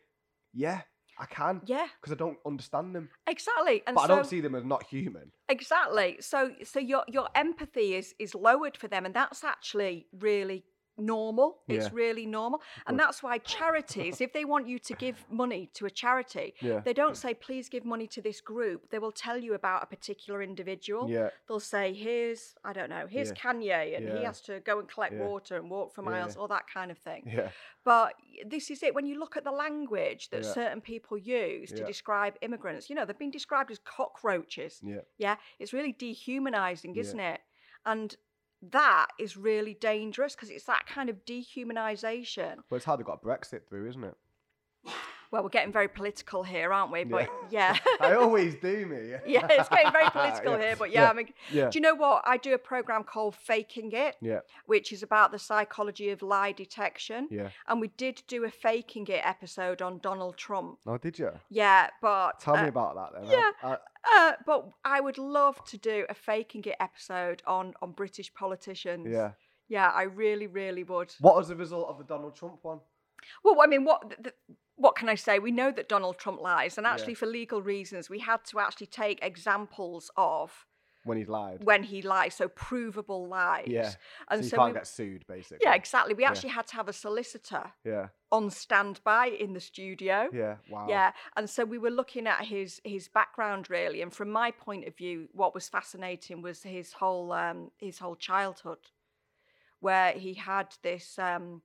Speaker 2: Yeah, I can.
Speaker 1: Yeah.
Speaker 2: Because I don't understand them.
Speaker 1: Exactly. And
Speaker 2: But
Speaker 1: so,
Speaker 2: I don't see them as not human.
Speaker 1: Exactly. So so your your empathy is is lowered for them, and that's actually really normal.
Speaker 2: Yeah.
Speaker 1: It's really normal, and that's why charities, if they want you to give money to a charity,
Speaker 2: Yeah.
Speaker 1: they don't say please give money to this group. They will tell you about a particular individual.
Speaker 2: Yeah.
Speaker 1: They'll say here's I don't know here's Kanye, and he
Speaker 2: Yeah.
Speaker 1: has to go and collect
Speaker 2: Yeah.
Speaker 1: water and walk for
Speaker 2: Yeah.
Speaker 1: miles, all that kind of thing.
Speaker 2: Yeah.
Speaker 1: But this is it. When you look at the language that
Speaker 2: Yeah.
Speaker 1: certain people use to
Speaker 2: Yeah.
Speaker 1: describe immigrants, you know, they've been described as cockroaches.
Speaker 2: Yeah.
Speaker 1: Yeah. It's really dehumanizing,
Speaker 2: Mm. Yeah.
Speaker 1: isn't it? And that is really dangerous because it's that kind of dehumanization.
Speaker 2: But it's how they got Brexit through, isn't it?
Speaker 1: Well, we're getting very political here, aren't we? But yeah.
Speaker 2: I always do, me.
Speaker 1: Yeah, it's getting very political
Speaker 2: Yeah.
Speaker 1: here, but yeah, I mean,
Speaker 2: Yeah.
Speaker 1: do you know what? I do a program called Faking It,
Speaker 2: Yeah.
Speaker 1: which is about the psychology of lie detection.
Speaker 2: Yeah.
Speaker 1: And we did do a Faking It episode on Donald Trump.
Speaker 2: Oh, did you?
Speaker 1: Yeah, but
Speaker 2: Tell
Speaker 1: uh,
Speaker 2: me about that then.
Speaker 1: yeah.
Speaker 2: I, I,
Speaker 1: uh, but I would love to do a faking it episode on on British politicians.
Speaker 2: yeah.
Speaker 1: yeah, I really, really would.
Speaker 2: What was the result of the Donald Trump one?
Speaker 1: Well, I mean, what th- th what can I say? We know that Donald Trump lies, and
Speaker 2: Yeah.
Speaker 1: actually, for legal reasons, we had to actually take examples of
Speaker 2: When he lied.
Speaker 1: when he lies, so provable lies.
Speaker 2: yeah. So
Speaker 1: and
Speaker 2: you
Speaker 1: so,
Speaker 2: can't
Speaker 1: we,
Speaker 2: get sued, basically.
Speaker 1: yeah, exactly. We actually had to have a solicitor
Speaker 2: Yeah.
Speaker 1: on standby in the studio.
Speaker 2: Yeah. Wow.
Speaker 1: Yeah, and so we were looking at his his background really, and from my point of view, what was fascinating was his whole um, his whole childhood, where he had this um,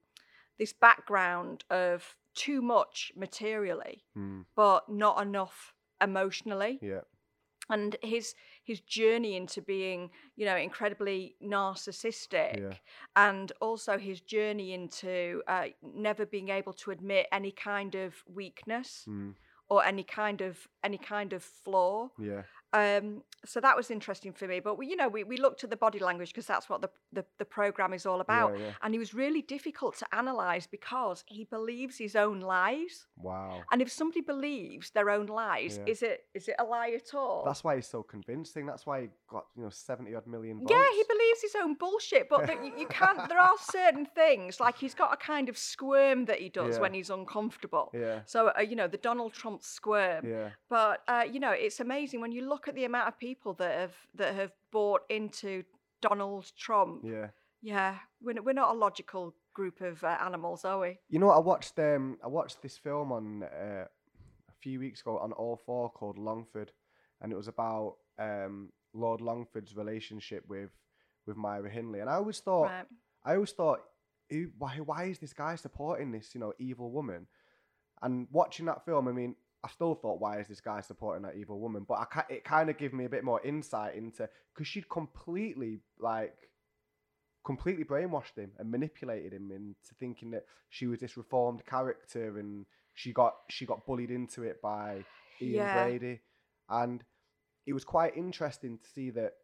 Speaker 1: this background of too much materially,
Speaker 2: Mm,
Speaker 1: but not enough emotionally
Speaker 2: yeah.
Speaker 1: and his his journey into being you know incredibly narcissistic
Speaker 2: Yeah.
Speaker 1: and also his journey into uh, never being able to admit any kind of weakness
Speaker 2: Mm,
Speaker 1: or any kind of any kind of flaw
Speaker 2: yeah.
Speaker 1: um so that was interesting for me but we you know we, we looked at the body language because that's what the, the the program is all about
Speaker 2: yeah.
Speaker 1: and he was really difficult to analyze because he believes his own lies
Speaker 2: Wow.
Speaker 1: and if somebody believes their own lies
Speaker 2: Yeah.
Speaker 1: is it is it a lie at all
Speaker 2: That's why he's so convincing. That's why he got, you know, 70 odd million votes.
Speaker 1: Yeah, he believes his own bullshit, but that you, you can't. There are certain things like he's got a kind of squirm that he does
Speaker 2: Yeah.
Speaker 1: when he's uncomfortable.
Speaker 2: Yeah.
Speaker 1: So uh, you know the Donald Trump squirm.
Speaker 2: Yeah.
Speaker 1: But uh, you know it's amazing when you look at the amount of people that have that have bought into Donald Trump.
Speaker 2: Yeah.
Speaker 1: Yeah, we're, n- we're not a logical group of uh, animals, are we?
Speaker 2: You know, I watched um, I watched this film on uh, a few weeks ago on All Four called Longford, and it was about um, Lord Longford's relationship with with Myra Hindley, and I always thought
Speaker 1: Right.
Speaker 2: I always thought, who, why, why is this guy supporting this, you know, evil woman? And watching that film, I mean, I still thought, why is this guy supporting that evil woman? But I, ca- it kind of gave me a bit more insight into because she'd completely like completely brainwashed him and manipulated him into thinking that she was this reformed character, and she got she got bullied into it by Ian
Speaker 1: Yeah.
Speaker 2: Brady, and it was quite interesting to see that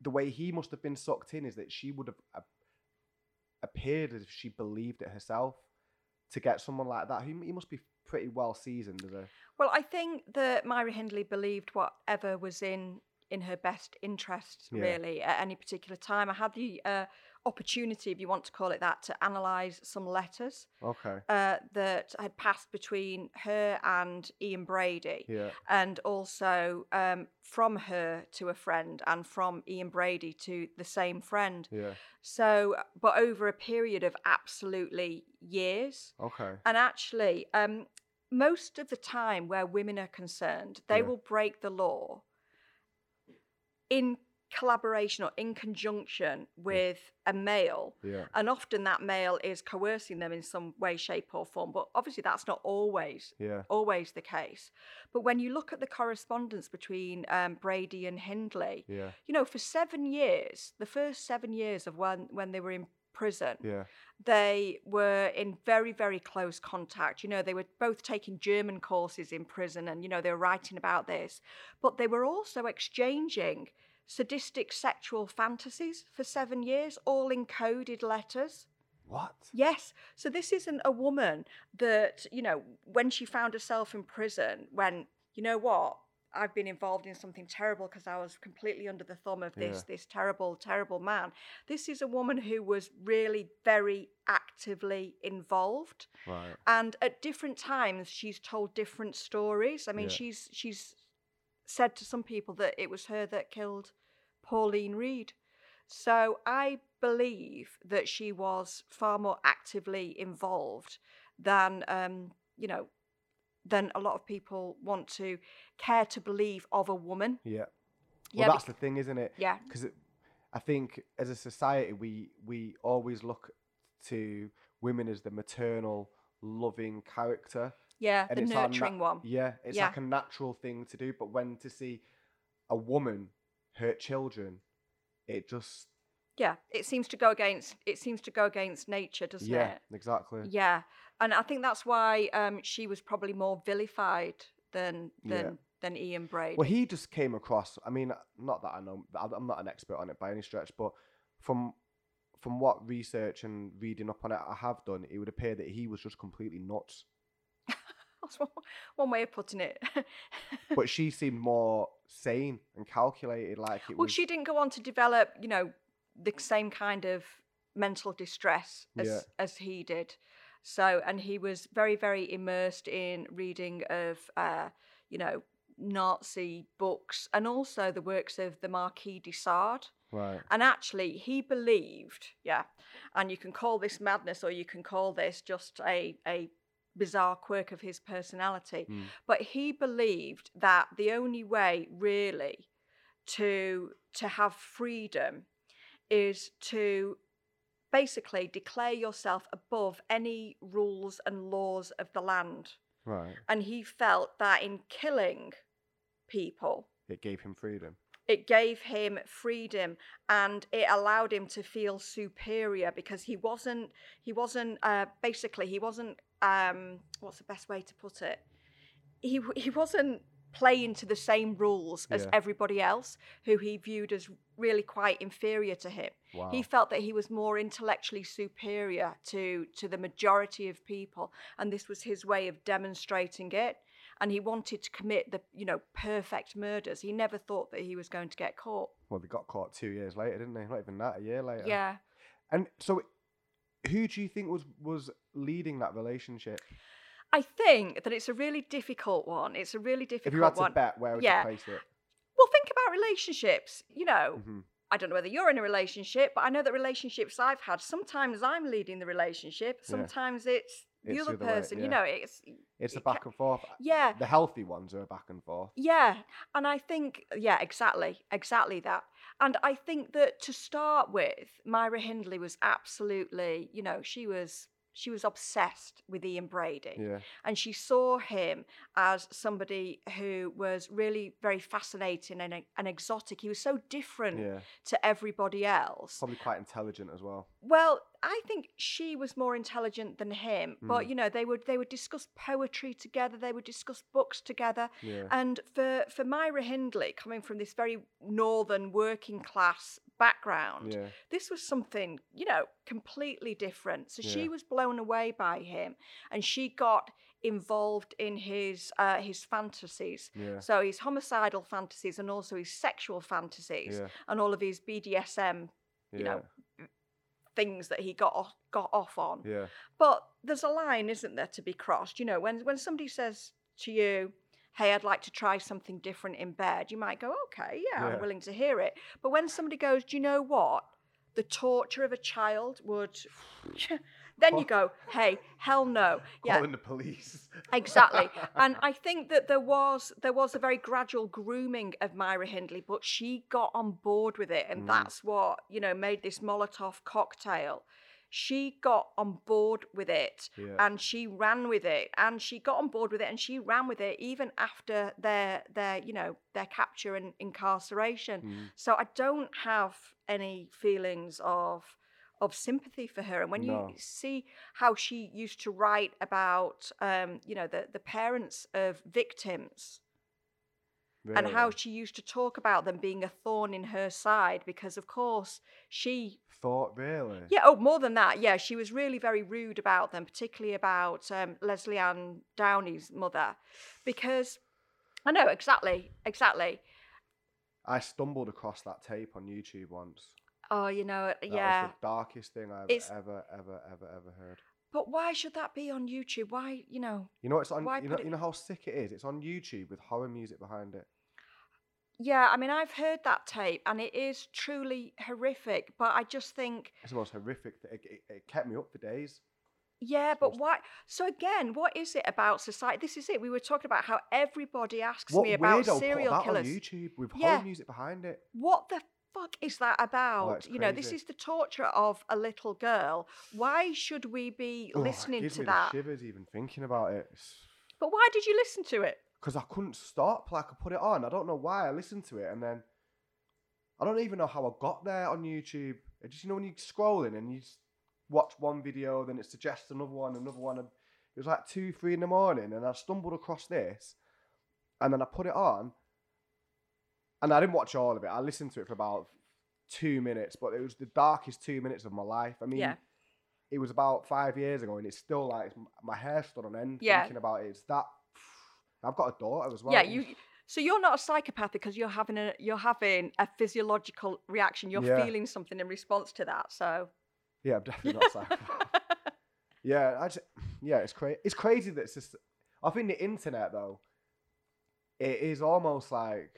Speaker 2: the way he must have been sucked in is that she would have a- appeared as if she believed it herself to get someone like that. He, he must be pretty well seasoned as a
Speaker 1: Well, I think that Myra Hindley believed whatever was in in her best interest,
Speaker 2: Yeah.
Speaker 1: really, at any particular time. I had the uh, opportunity, if you want to call it that, to analyse some letters
Speaker 2: okay,
Speaker 1: uh, that had passed between her and Ian Brady,
Speaker 2: yeah,
Speaker 1: and also um, from her to a friend, and from Ian Brady to the same friend.
Speaker 2: yeah,
Speaker 1: So, uh, but over a period of absolutely years.
Speaker 2: okay,
Speaker 1: And actually, um, most of the time where women are concerned, they
Speaker 2: Yeah.
Speaker 1: will break the law in collaboration or in conjunction with a male.
Speaker 2: yeah,
Speaker 1: And often that male is coercing them in some way, shape, or form. But obviously, that's not always.
Speaker 2: yeah,
Speaker 1: Always the case. But when you look at the correspondence between um, Brady and Hindley,
Speaker 2: yeah,
Speaker 1: you know, for seven years, the first seven years of when, when they were in prison,
Speaker 2: yeah,
Speaker 1: they were in very very close contact you know they were both taking german courses in prison and you know they were writing about this but they were also exchanging sadistic sexual fantasies for 7 years all in coded letters
Speaker 2: what?
Speaker 1: yes so this isn't a woman that you know when she found herself in prison when you know what I've been involved in something terrible because I was completely under the thumb of this this terrible terrible man. This is a woman who was really very actively involved
Speaker 2: Right.
Speaker 1: and at different times she's told different stories i mean
Speaker 2: Yeah.
Speaker 1: she's she's said to some people that it was her that killed pauline reed so i believe that she was far more actively involved than um you know than a lot of people want to care to believe of a woman
Speaker 2: Yeah. Well,
Speaker 1: yeah
Speaker 2: that's
Speaker 1: bec-
Speaker 2: the thing, isn't it?
Speaker 1: yeah
Speaker 2: because I think as a society we we always look to women as the maternal, loving character.
Speaker 1: yeah
Speaker 2: and
Speaker 1: the
Speaker 2: it's our na-
Speaker 1: nurturing one
Speaker 2: Yeah, it's
Speaker 1: Yeah.
Speaker 2: like a natural thing to do, but when to see a woman hurt children, it just
Speaker 1: yeah it seems to go against it seems to go against nature doesn't
Speaker 2: yeah,
Speaker 1: it
Speaker 2: exactly.
Speaker 1: Yeah, and I think that's why um, she was probably more vilified than
Speaker 2: Yeah.
Speaker 1: than than Ian Braid.
Speaker 2: Well, he just came across. I mean, not that I know, I- I'm not an expert on it by any stretch, but from from what research and reading up on it I have done, it would appear that he was just completely nuts.
Speaker 1: that's one, one way of putting it.
Speaker 2: but she seemed more sane and calculated. Like it
Speaker 1: well,
Speaker 2: was.
Speaker 1: she didn't go on to develop, you know, the same kind of mental distress as
Speaker 2: Yeah.
Speaker 1: as he did. So, and he was very, very immersed in reading of, uh, you know, Nazi books and also the works of the Marquis de Sade.
Speaker 2: right.
Speaker 1: And actually, he believed, yeah, and you can call this madness or you can call this just a, a bizarre quirk of his personality,
Speaker 2: Mm.
Speaker 1: but he believed that the only way really to to have freedom is to basically declare yourself above any rules and laws of the land.
Speaker 2: Right.
Speaker 1: And he felt that in killing people,
Speaker 2: It gave him freedom.
Speaker 1: it gave him freedom and it allowed him to feel superior because he wasn't he wasn't uh, basically he wasn't um, what's the best way to put it he w- he wasn't playing to the same rules as
Speaker 2: Yeah.
Speaker 1: everybody else who he viewed as really quite inferior to him
Speaker 2: Wow.
Speaker 1: he felt that he was more intellectually superior to to the majority of people and this was his way of demonstrating it and he wanted to commit the you know perfect murders he never thought that he was going to get caught
Speaker 2: well, they got caught two years later, didn't they? Not even that, a year later.
Speaker 1: yeah
Speaker 2: And so, who do you think was was leading that relationship?
Speaker 1: i think that it's a really difficult one it's a really difficult
Speaker 2: if you had to
Speaker 1: one
Speaker 2: bet, where would
Speaker 1: Yeah.
Speaker 2: you place it?
Speaker 1: well think about relationships you know
Speaker 2: hmm
Speaker 1: I don't know whether you're in a relationship, but I know that relationships I've had, sometimes I'm leading the relationship, sometimes it's the
Speaker 2: It's
Speaker 1: other
Speaker 2: the other way,
Speaker 1: person.
Speaker 2: yeah.
Speaker 1: You know, it's
Speaker 2: It's a
Speaker 1: it ca-
Speaker 2: back and forth.
Speaker 1: yeah.
Speaker 2: The healthy ones are a back and forth.
Speaker 1: Yeah, and I think yeah, exactly, exactly that. And I think that to start with, Myra Hindley was absolutely, you know, she was she was obsessed with Ian Brady,
Speaker 2: Yeah.
Speaker 1: and she saw him as somebody who was really very fascinating and, e-, and exotic. He was so different
Speaker 2: Yeah.
Speaker 1: to everybody else.
Speaker 2: Probably quite intelligent as well.
Speaker 1: Well, I think she was more intelligent than him, but
Speaker 2: Mm.
Speaker 1: you know, they would they would discuss poetry together, they would discuss books together.
Speaker 2: Yeah.
Speaker 1: And for, for Myra Hindley, coming from this very northern working class background,
Speaker 2: yeah.
Speaker 1: this was something, you know, completely different. So
Speaker 2: Yeah.
Speaker 1: she was blown away by him and she got involved in his uh, his fantasies.
Speaker 2: Yeah.
Speaker 1: So his homicidal fantasies and also his sexual fantasies
Speaker 2: Yeah.
Speaker 1: and all of his BDSM
Speaker 2: Yeah.
Speaker 1: you know, things that he got off, got off on.
Speaker 2: yeah.
Speaker 1: But there's a line, isn't there, to be crossed? You know, when when somebody says to you, "Hey, I'd like to try something different in bed," you might go, "Okay, yeah,
Speaker 2: Yeah.
Speaker 1: I'm willing to hear it." But when somebody goes, "Do you know what? The torture of a child would," then you go, "Hey, hell no!" Yeah,
Speaker 2: Calling the police.
Speaker 1: exactly. and I think that there was there was a very gradual grooming of Myra Hindley, but she got on board with it, and
Speaker 2: Mm.
Speaker 1: that's what you know made this Molotov cocktail. She got on board with it
Speaker 2: yeah.
Speaker 1: and she ran with it and she got on board with it and she ran with it even after their their you know their capture and incarceration
Speaker 2: Mm.
Speaker 1: so i don't have any feelings of of sympathy for her and when
Speaker 2: No.
Speaker 1: you see how she used to write about um, you know the, the parents of victims and how
Speaker 2: Really.
Speaker 1: she used to talk about them being a thorn in her side because of course she
Speaker 2: thought really.
Speaker 1: yeah, oh, more than that. Yeah, she was really very rude about them, particularly about um, Leslie Ann Downey's mother, because I know exactly, exactly.
Speaker 2: I stumbled across that tape on YouTube once.
Speaker 1: Oh, you know,
Speaker 2: That
Speaker 1: yeah.
Speaker 2: was the darkest thing I've
Speaker 1: It's-
Speaker 2: ever, ever, ever, ever heard.
Speaker 1: But why should that be on YouTube? Why, you know?
Speaker 2: You know it's on.
Speaker 1: Why
Speaker 2: You know,
Speaker 1: put it-
Speaker 2: you know how sick it is. It's on YouTube with horror music behind it.
Speaker 1: Yeah, I mean, I've heard that tape, and it is truly horrific. But I just think
Speaker 2: It's the most horrific. Thing. It, it, it kept me up for days.
Speaker 1: Yeah, but
Speaker 2: Supposed-
Speaker 1: why? So again, what is it about society? This is it. We were talking about how everybody asks
Speaker 2: What
Speaker 1: me about
Speaker 2: weirdo put
Speaker 1: serial
Speaker 2: that
Speaker 1: killers.
Speaker 2: on YouTube with
Speaker 1: Yeah.
Speaker 2: horror music behind it?
Speaker 1: What the fuck is that about?
Speaker 2: Oh, that's
Speaker 1: you know, this
Speaker 2: crazy.
Speaker 1: is the torture of a little girl. Why should we be
Speaker 2: Oh, it
Speaker 1: listening
Speaker 2: gives
Speaker 1: to
Speaker 2: me
Speaker 1: that?
Speaker 2: The shivers even thinking about it.
Speaker 1: But why did you listen to it?
Speaker 2: Because I couldn't stop. Like I put it on. I don't know why. I listened to it and then I don't even know how I got there on YouTube. It just you know when you're scrolling and you just watch one video, then it suggests another one, another one. And it was like two, three in the morning, and I stumbled across this, and then I put it on, and I didn't watch all of it. I listened to it for about two minutes, but it was the darkest two minutes of my life. I mean,
Speaker 1: Yeah.
Speaker 2: it was about five years ago, and it's still like it's- my hair stood on end
Speaker 1: Yeah.
Speaker 2: thinking about it. It's that. I've got a daughter as well.
Speaker 1: yeah, you. So you're not a psychopath because you're having a you're having a physiological reaction. You're
Speaker 2: Yeah.
Speaker 1: feeling something in response to that. So
Speaker 2: Yeah, I'm definitely not a psychopath. Yeah, I just, yeah, it's crazy. It's crazy that it's just. I think the internet though, it is almost like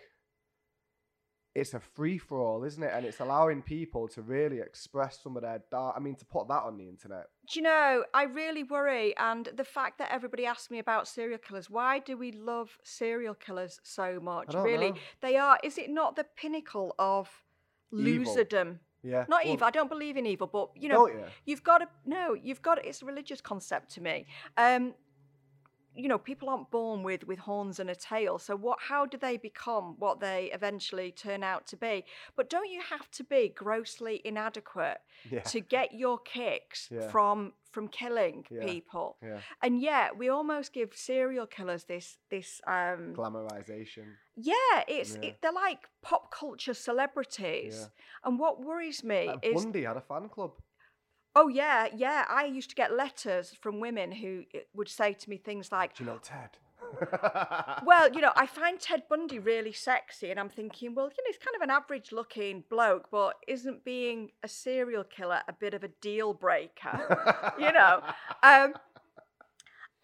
Speaker 2: it's a free for all, isn't it? And it's allowing people to really express some of their dark. I mean, to put that on the internet.
Speaker 1: Do you know, I really worry. And the fact that everybody asks me about serial killers, why do we love serial killers so much?
Speaker 2: don't
Speaker 1: really,
Speaker 2: know.
Speaker 1: they are, is it not the pinnacle of
Speaker 2: Evil.
Speaker 1: loserdom?
Speaker 2: Yeah,
Speaker 1: Not
Speaker 2: well,
Speaker 1: evil, I don't believe in evil, but you know,
Speaker 2: Don't you?
Speaker 1: you've got to, no, you've got to, it's a religious concept to me. Um, you know, people aren't born with with horns and a tail. So what? How do they become what they eventually turn out to be? But don't you have to be grossly inadequate
Speaker 2: Yeah,
Speaker 1: to get your kicks
Speaker 2: Yeah.
Speaker 1: from from killing
Speaker 2: Yeah.
Speaker 1: people
Speaker 2: yeah.
Speaker 1: and yet we almost give serial killers this this um
Speaker 2: Glamorization.
Speaker 1: yeah it's
Speaker 2: Yeah.
Speaker 1: It, they're like pop culture celebrities
Speaker 2: Yeah. Uh,
Speaker 1: and what worries me
Speaker 2: Like
Speaker 1: is
Speaker 2: Bundy had a fan club.
Speaker 1: oh yeah yeah i used to get letters from women who uh, would say to me things like
Speaker 2: Do you know Ted?
Speaker 1: well, you know, I find Ted Bundy really sexy, and I'm thinking, well, you know, he's kind of an average looking bloke, but isn't being a serial killer a bit of a deal breaker? you know. Um,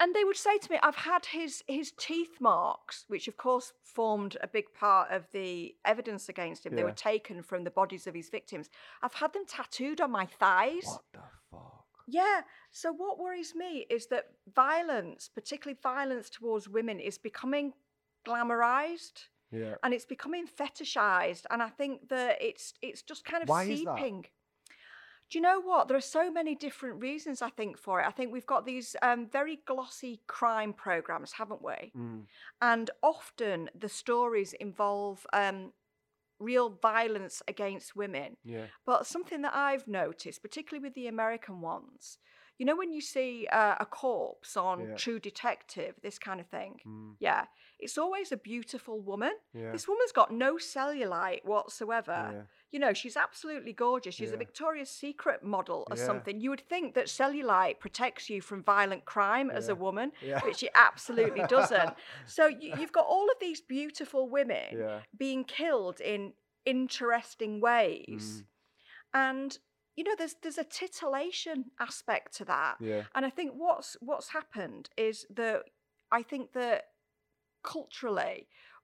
Speaker 1: and they would say to me, "I've had his his teeth marks, which of course formed a big part of the evidence against him. They were
Speaker 2: Yeah.
Speaker 1: taken from the bodies of his victims. I've had them tattooed on my thighs."
Speaker 2: What the fuck?
Speaker 1: Yeah. So what worries me is that violence, particularly violence towards women, is becoming glamorized
Speaker 2: Yeah.
Speaker 1: and it's becoming fetishized and i think that it's it's just kind of
Speaker 2: Why is that?
Speaker 1: seeping do you know what there are so many different reasons i think for it i think we've got these um, very glossy crime programs haven't we
Speaker 2: Mm.
Speaker 1: and often the stories involve um, real violence against women
Speaker 2: Yeah.
Speaker 1: but something that I've noticed, particularly with the American ones, you know, when you see uh, a corpse on
Speaker 2: Yeah.
Speaker 1: True Detective, this kind of thing,
Speaker 2: Mm.
Speaker 1: yeah, it's always a beautiful woman.
Speaker 2: Yeah.
Speaker 1: This woman's got no cellulite whatsoever.
Speaker 2: yeah.
Speaker 1: You know, she's absolutely gorgeous. She's a
Speaker 2: Yeah.
Speaker 1: Victoria's Secret model or
Speaker 2: Yeah.
Speaker 1: something. You would think that cellulite protects you from violent crime as a
Speaker 2: Yeah.
Speaker 1: woman,
Speaker 2: Yeah.
Speaker 1: which it absolutely doesn't. So you, you've got all of these beautiful women
Speaker 2: Yeah.
Speaker 1: being killed in interesting ways.
Speaker 2: Mm.
Speaker 1: And you know, there's there's a titillation aspect to that.
Speaker 2: Yeah.
Speaker 1: And I think what's what's happened is that I think that culturally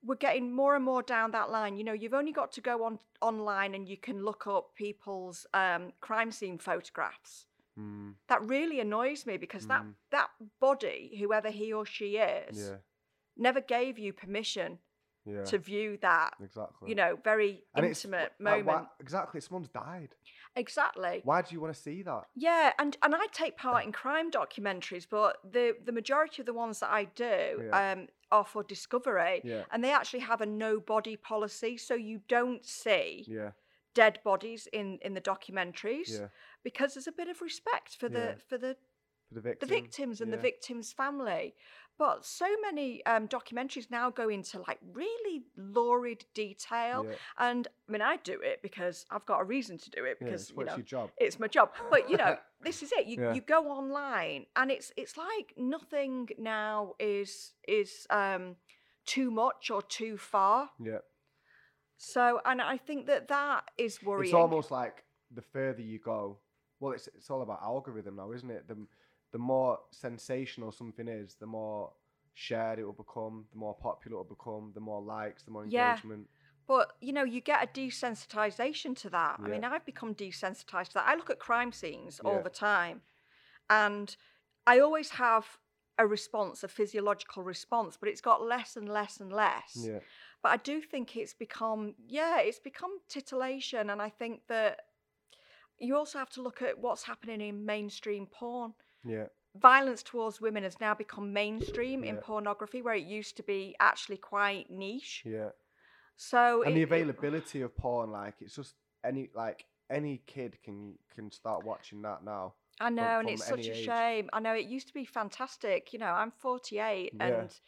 Speaker 1: we're getting more and more down that line. You know, you've only got to go on online and you can look up people's um, crime scene photographs.
Speaker 2: Mm.
Speaker 1: That really annoys me because that
Speaker 2: Mm.
Speaker 1: that body, whoever he or she is,
Speaker 2: Yeah.
Speaker 1: never gave you permission
Speaker 2: Yeah.
Speaker 1: to view that
Speaker 2: Exactly.
Speaker 1: you know, very
Speaker 2: And it's-
Speaker 1: intimate
Speaker 2: like,
Speaker 1: moment.
Speaker 2: why- exactly. Someone's died.
Speaker 1: exactly.
Speaker 2: Why do you want to see that?
Speaker 1: Yeah, and, and I take part in crime documentaries, but the, the majority of the ones that I do
Speaker 2: Yeah.
Speaker 1: um, are for discovery.
Speaker 2: Yeah.
Speaker 1: And they actually have a no body policy, so you don't see
Speaker 2: Yeah.
Speaker 1: dead bodies in, in the documentaries
Speaker 2: Yeah.
Speaker 1: because there's a bit of respect for the
Speaker 2: Yeah.
Speaker 1: for the
Speaker 2: For the victim.
Speaker 1: the victims and the
Speaker 2: yeah.
Speaker 1: victims' family. But so many um, documentaries now go into like really lurid detail.
Speaker 2: Yeah.
Speaker 1: And I mean, I do it because I've got a reason to do it
Speaker 2: Yeah,
Speaker 1: because
Speaker 2: it's
Speaker 1: you
Speaker 2: what's
Speaker 1: know
Speaker 2: your job?
Speaker 1: it's my job. But you know, this is it. You
Speaker 2: Yeah.
Speaker 1: you go online, and it's it's like nothing now is is um, too much or too far.
Speaker 2: Yeah.
Speaker 1: So, and I think that that is worrying.
Speaker 2: It's almost like the further you go, well, it's it's all about algorithm now, isn't it? The the more sensational something is, the more shared it will become, the more popular it will become, the more likes, the more
Speaker 1: Yeah.
Speaker 2: engagement.
Speaker 1: But you know, you get a desensitization to that. I
Speaker 2: Yeah.
Speaker 1: mean, I've become desensitized to that. I look at crime scenes all
Speaker 2: Yeah.
Speaker 1: the time, and I always have a response, a physiological response, but it's got less and less and less.
Speaker 2: Yeah.
Speaker 1: But I do think it's become, yeah, it's become titillation, and I think that you also have to look at what's happening in mainstream porn.
Speaker 2: Yeah.
Speaker 1: Violence towards women has now become mainstream in
Speaker 2: Yeah.
Speaker 1: pornography, where it used to be actually quite niche.
Speaker 2: Yeah.
Speaker 1: So
Speaker 2: and
Speaker 1: it-
Speaker 2: the
Speaker 1: it-
Speaker 2: availability of porn, like it's just any like any kid can can start watching that now.
Speaker 1: I know, and
Speaker 2: from
Speaker 1: it's such
Speaker 2: any
Speaker 1: a
Speaker 2: age.
Speaker 1: shame. I know it used to be fantastic. You know, I'm 48,
Speaker 2: Yeah.
Speaker 1: and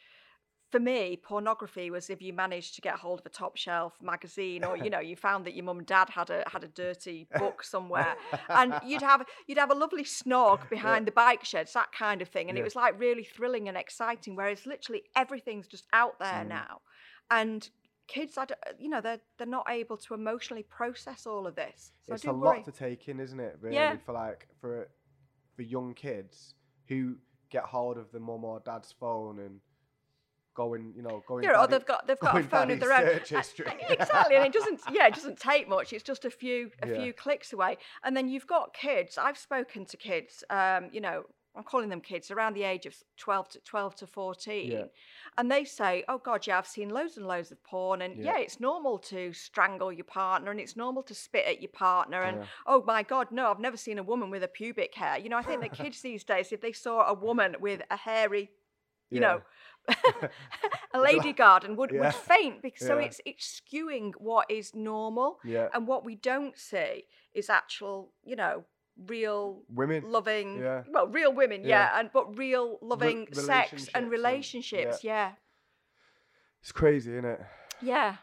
Speaker 1: for me, pornography was if you managed to get hold of a top shelf magazine, or you know, you found that your mum and dad had a had a dirty book somewhere, and you'd have you'd have a lovely snog behind the bike sheds, that kind of thing, and
Speaker 2: Yeah.
Speaker 1: it was like really thrilling and exciting. Whereas literally everything's just out there
Speaker 2: Mm.
Speaker 1: now, and kids, I d- you know, they're they're not able to emotionally process all of this. So
Speaker 2: it's
Speaker 1: I do
Speaker 2: a
Speaker 1: worry.
Speaker 2: lot to take in, isn't it? Really,
Speaker 1: Yeah.
Speaker 2: for like for for young kids who get hold of the mum or dad's phone and going, you know, going.
Speaker 1: Yeah, or
Speaker 2: daddy-
Speaker 1: oh, they've got they've got a
Speaker 2: going
Speaker 1: phone of
Speaker 2: daddy
Speaker 1: their own.
Speaker 2: search
Speaker 1: Uh,
Speaker 2: history.
Speaker 1: uh, exactly, and it doesn't yeah, it doesn't take much. It's just a few a
Speaker 2: Yeah.
Speaker 1: few clicks away, and then you've got kids. I've spoken to kids, um, you know. I'm calling them kids around the age of 12 to 12 to 14 and they say oh god yeah I've seen loads and loads of porn and
Speaker 2: Yeah.
Speaker 1: yeah. it's normal to strangle your partner and it's normal to spit at your partner and
Speaker 2: Yeah.
Speaker 1: oh my god no I've never seen a woman with a pubic hair you know I think that kids these days if they saw a woman with a hairy you
Speaker 2: Yeah.
Speaker 1: know a lady guard and would,
Speaker 2: Yeah.
Speaker 1: would faint because so
Speaker 2: Yeah.
Speaker 1: it's it's skewing what is normal
Speaker 2: Yeah.
Speaker 1: and what we don't see is actual you know real
Speaker 2: Women.
Speaker 1: loving
Speaker 2: Yeah.
Speaker 1: well real women yeah, and but real loving sex
Speaker 2: relationships and-
Speaker 1: and relationships yeah
Speaker 2: It's crazy, isn't it?
Speaker 1: yeah,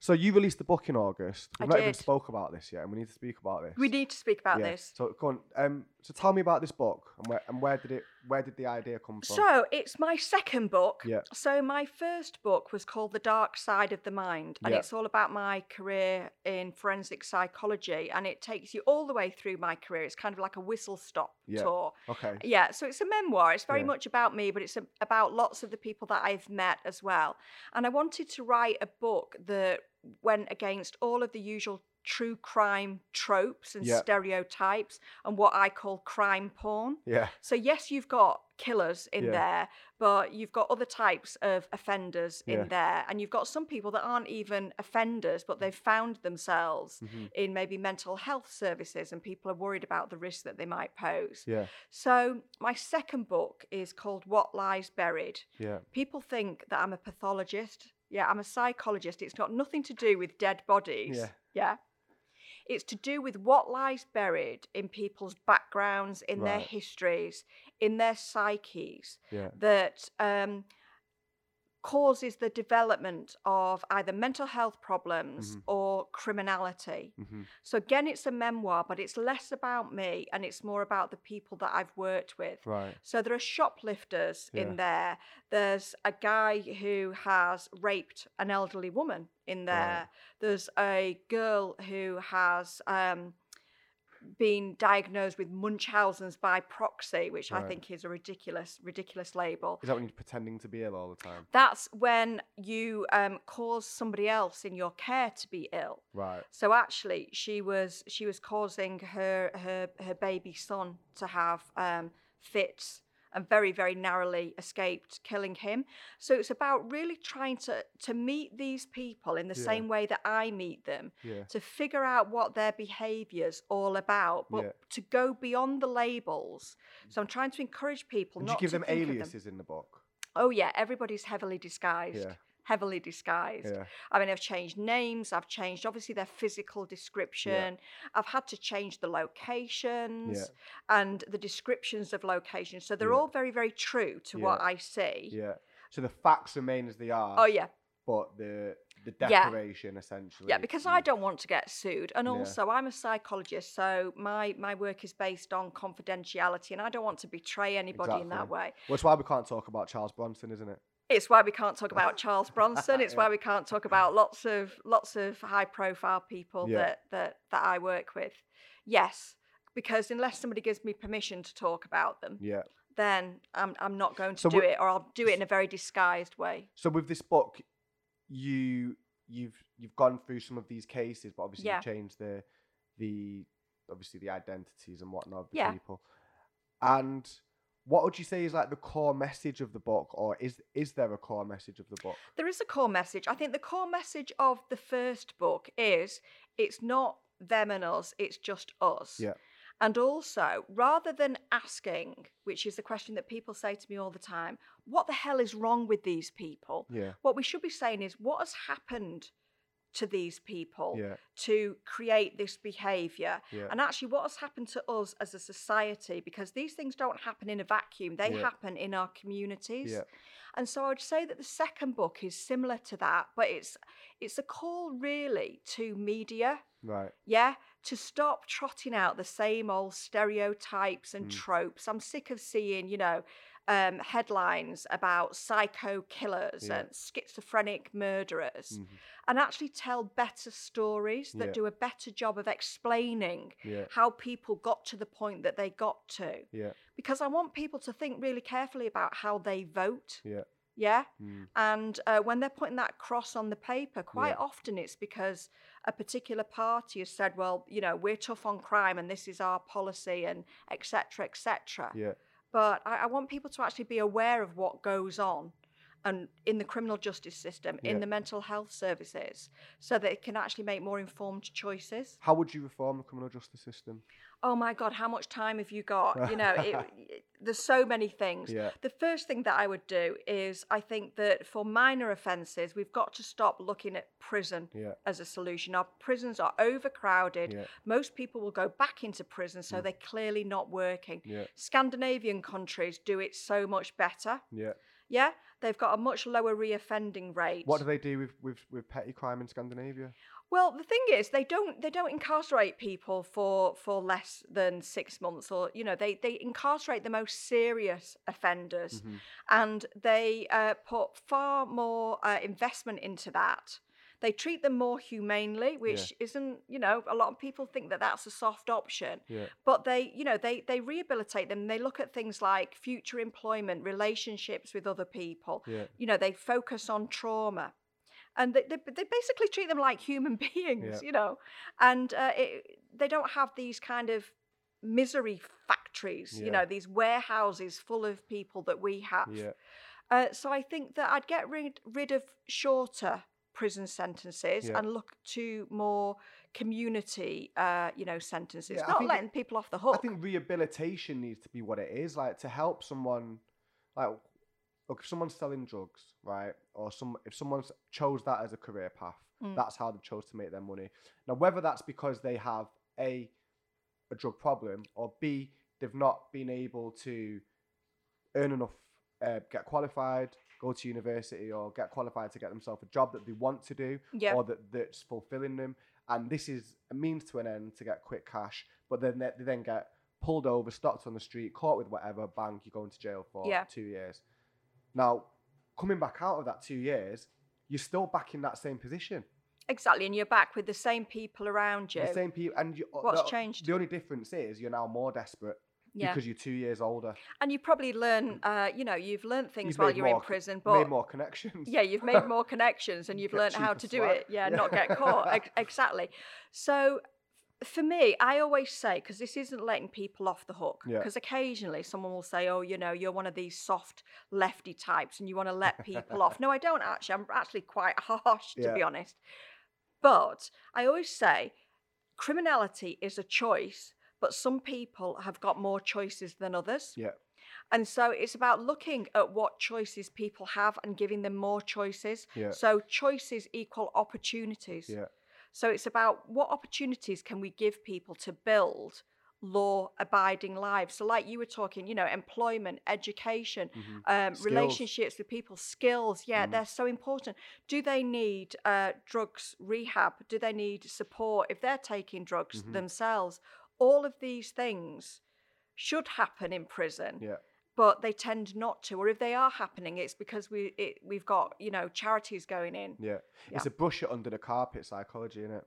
Speaker 2: So you released the book in August.
Speaker 1: I
Speaker 2: We've not even
Speaker 1: did.
Speaker 2: spoke about this yet, and we need to speak about this.
Speaker 1: we need to speak about
Speaker 2: Yeah.
Speaker 1: this
Speaker 2: So go on. Um, so tell me about this book and where and where did it where did the idea come from?
Speaker 1: So it's my second book.
Speaker 2: Yeah.
Speaker 1: So my first book was called The Dark Side of the Mind, and
Speaker 2: Yeah.
Speaker 1: it's all about my career in forensic psychology, and it takes you all the way through my career. It's kind of like a whistle stop
Speaker 2: Yeah.
Speaker 1: tour.
Speaker 2: okay.
Speaker 1: Yeah, so it's a memoir. It's very
Speaker 2: Yeah.
Speaker 1: much about me, but it's a- about lots of the people that I've met as well. And I wanted to write a book that went against all of the usual true crime tropes and
Speaker 2: Yeah.
Speaker 1: stereotypes and what I call crime porn.
Speaker 2: Yeah.
Speaker 1: So yes, you've got killers in
Speaker 2: Yeah.
Speaker 1: there, but you've got other types of offenders
Speaker 2: Yeah.
Speaker 1: in there, and you've got some people that aren't even offenders, but they've found themselves
Speaker 2: hmm
Speaker 1: in maybe mental health services, and people are worried about the risk that they might pose.
Speaker 2: Yeah.
Speaker 1: So my second book is called What Lies Buried.
Speaker 2: Yeah.
Speaker 1: People think that I'm a pathologist. Yeah, I'm a psychologist. It's got nothing to do with dead bodies.
Speaker 2: Yeah.
Speaker 1: Yeah. It's to do with what lies buried in people's backgrounds, in their
Speaker 2: Right.
Speaker 1: histories, in their psyches
Speaker 2: Yeah.
Speaker 1: that um, causes the development of either mental health problems
Speaker 2: Mhm.
Speaker 1: or criminality.
Speaker 2: hmm
Speaker 1: So, again, it's a memoir, but it's less about me and it's more about the people that I've worked with.
Speaker 2: Right.
Speaker 1: So there are shoplifters
Speaker 2: Yeah.
Speaker 1: in there. There's a guy who has raped an elderly woman in there.
Speaker 2: Right.
Speaker 1: There's a girl who has um, been diagnosed with Munchausen's by proxy, which I
Speaker 2: Right.
Speaker 1: think is a ridiculous, ridiculous label.
Speaker 2: Is that when you're pretending to be ill all the time?
Speaker 1: That's when you um, cause somebody else in your care to be ill.
Speaker 2: Right.
Speaker 1: So actually, she was she was causing her her her baby son to have um, fits and very very narrowly escaped killing him. So it's about really trying to to meet these people in the
Speaker 2: Yeah.
Speaker 1: same way that I meet them
Speaker 2: Yeah.
Speaker 1: to figure out what their behaviours all about, but
Speaker 2: Yeah.
Speaker 1: to go beyond the labels. So I'm trying to encourage people
Speaker 2: And did
Speaker 1: not
Speaker 2: you give
Speaker 1: to
Speaker 2: them
Speaker 1: think of
Speaker 2: aliases in the book?
Speaker 1: Oh yeah, everybody's heavily disguised.
Speaker 2: Yeah.
Speaker 1: Heavily disguised.
Speaker 2: Yeah.
Speaker 1: I mean, I've changed names, I've changed obviously their physical description, I've had to change the locations and the descriptions of locations. So they're
Speaker 2: Yeah.
Speaker 1: all very, very true to what
Speaker 2: Yeah.
Speaker 1: I see.
Speaker 2: Yeah. So the facts remain as they are,
Speaker 1: Oh, yeah.
Speaker 2: but the the
Speaker 1: Yeah.
Speaker 2: decoration essentially.
Speaker 1: Yeah, because I don't want to get sued. And
Speaker 2: Mm. Yeah.
Speaker 1: also, I'm a psychologist, so my, my work is based on confidentiality, and I don't want to betray anybody in
Speaker 2: Exactly.
Speaker 1: that way.
Speaker 2: Well, it's why we can't talk about Charles Bronson, isn't it?
Speaker 1: It's why we can't talk about Charles Bronson. It's why we can't talk about lots of lots of high profile people
Speaker 2: Yeah.
Speaker 1: that, that that I work with. Yes, because unless somebody gives me permission to talk about them,
Speaker 2: Yeah.
Speaker 1: then I'm I'm not going to
Speaker 2: So
Speaker 1: do
Speaker 2: what-
Speaker 1: it, or I'll do it in a very disguised way.
Speaker 2: So with this book, you you've you've gone through some of these cases, but obviously
Speaker 1: Yeah.
Speaker 2: you've changed the the obviously the identities and whatnot of the
Speaker 1: Yeah.
Speaker 2: people. And what would you say is like the core message of the book, or is is there a core message of the book?
Speaker 1: There is a core message. I think the core message of the first book is it's not them and us, it's just us.
Speaker 2: Yeah.
Speaker 1: And also, rather than asking, which is the question that people say to me all the time, what the hell is wrong with these people?
Speaker 2: Yeah,
Speaker 1: What we should be saying is what has happened to these people
Speaker 2: yeah,
Speaker 1: to create this behavior?
Speaker 2: yeah,
Speaker 1: And actually, what has happened to us as a society, because these things don't happen in a vacuum, they
Speaker 2: Yeah.
Speaker 1: happen in our communities.
Speaker 2: yeah,
Speaker 1: And so I would say that the second book is similar to that, but it's it's a call really to media,
Speaker 2: right,
Speaker 1: yeah, to stop trotting out the same old stereotypes and
Speaker 2: Mm.
Speaker 1: tropes. I'm sick of seeing, you know, um, headlines about psycho killers
Speaker 2: Yeah.
Speaker 1: and schizophrenic murderers,
Speaker 2: mhm,
Speaker 1: and actually tell better stories that
Speaker 2: Yeah.
Speaker 1: do a better job of explaining
Speaker 2: yeah,
Speaker 1: how people got to the point that they got to.
Speaker 2: Yeah.
Speaker 1: Because I want people to think really carefully about how they vote.
Speaker 2: Yeah.
Speaker 1: Yeah.
Speaker 2: mm,
Speaker 1: And uh, when they're putting that cross on the paper, quite
Speaker 2: Yeah.
Speaker 1: often it's because a particular party has said, well, you know, we're tough on crime and this is our policy and et cetera, et cetera.
Speaker 2: yeah,
Speaker 1: But I, I want people to actually be aware of what goes on and in the criminal justice system,
Speaker 2: Yeah.
Speaker 1: in the mental health services, so that it can actually make more informed choices
Speaker 2: How would you reform the criminal justice system?
Speaker 1: oh my god how much time have you got you know it, it- there's so many things
Speaker 2: Yeah,
Speaker 1: the first thing that i would do is i think that for minor offences we've got to stop looking at prison
Speaker 2: yeah,
Speaker 1: as a solution our prisons are overcrowded
Speaker 2: yeah,
Speaker 1: most people will go back into prison so
Speaker 2: Mm.
Speaker 1: they're clearly not working
Speaker 2: yeah,
Speaker 1: scandinavian countries do it so much better
Speaker 2: yeah.
Speaker 1: yeah they've got a much lower reoffending rate
Speaker 2: What do they do with with, with petty crime in Scandinavia?
Speaker 1: Well, the thing is, they don't they don't incarcerate people for for less than six months, or you know, they they incarcerate the most serious offenders,
Speaker 2: Mhm,
Speaker 1: and they uh, put far more uh, investment into that. They treat them more humanely, which isn't you know a lot of people think that that's a soft option,
Speaker 2: Yeah,
Speaker 1: but they you know they they rehabilitate them. They look at things like future employment, relationships with other people,
Speaker 2: yeah,
Speaker 1: you know they focus on trauma and they, they, they basically treat them like human beings
Speaker 2: Yeah.
Speaker 1: you know and uh, it, they don't have these kind of misery factories
Speaker 2: Yeah.
Speaker 1: you know these warehouses full of people that we have
Speaker 2: yeah,
Speaker 1: uh, so i think that i'd get rid, rid of shorter prison sentences
Speaker 2: Yeah.
Speaker 1: and look to more community uh, you know sentences
Speaker 2: Yeah, I
Speaker 1: not
Speaker 2: think it-
Speaker 1: letting people off the hook
Speaker 2: I think rehabilitation needs to be what it is, like to help someone, like look if someone's selling drugs, right, or some if someone's chose that as a career path,
Speaker 1: Mm.
Speaker 2: that's how they chose to make their money. Now, whether that's because they have a a drug problem or B they've not been able to earn enough, uh, get qualified, go to university, or get qualified to get themselves a job that they want to do,
Speaker 1: yeah
Speaker 2: or that that's fulfilling them. And this is a means to an end to get quick cash, but then they, they then get pulled over, stopped on the street, caught with whatever, bang, you're going to jail for
Speaker 1: Yeah.
Speaker 2: two years. Now, coming back out of that two years, you're still back in that same position.
Speaker 1: exactly and you're back with the same people around you
Speaker 2: The same people, and you,
Speaker 1: What's
Speaker 2: the,
Speaker 1: changed?
Speaker 2: The only difference is you're now more desperate
Speaker 1: yeah
Speaker 2: because you're two years older.
Speaker 1: And you probably learn, uh, you know, you've learned things
Speaker 2: You've
Speaker 1: while
Speaker 2: made
Speaker 1: you're in
Speaker 2: more-
Speaker 1: prison,
Speaker 2: made
Speaker 1: but
Speaker 2: more connections.
Speaker 1: yeah, you've made more connections and you've
Speaker 2: Get
Speaker 1: learned how
Speaker 2: cheaper
Speaker 1: to do
Speaker 2: swag.
Speaker 1: it. Yeah,
Speaker 2: Yeah.
Speaker 1: not get caught. Ex- exactly. So for me, I always say, because this isn't letting people off the hook,
Speaker 2: Yeah.
Speaker 1: because occasionally someone will say, oh, you know, you're one of these soft lefty types and you want to let people off. No, I don't actually. I'm actually quite harsh, to
Speaker 2: Yeah.
Speaker 1: be honest. But I always say criminality is a choice, but some people have got more choices than others.
Speaker 2: Yeah.
Speaker 1: And so it's about looking at what choices people have and giving them more choices.
Speaker 2: Yeah.
Speaker 1: So choices equal opportunities.
Speaker 2: Yeah.
Speaker 1: So it's about what opportunities can we give people to build law abiding lives. So like you were talking, you know, employment, education,
Speaker 2: Mhm.
Speaker 1: um,
Speaker 2: Skills.
Speaker 1: relationships with people, skills. Yeah,
Speaker 2: Mhm.
Speaker 1: they're so important. Do they need uh, drugs rehab? Do they need support if they're taking drugs
Speaker 2: Mhm.
Speaker 1: themselves? All of these things should happen in prison.
Speaker 2: Yeah.
Speaker 1: but they tend not to. Or if they are happening, it's because we it, we've got you know charities going in.
Speaker 2: Yeah. It's a brush it under the carpet psychology, isn't it?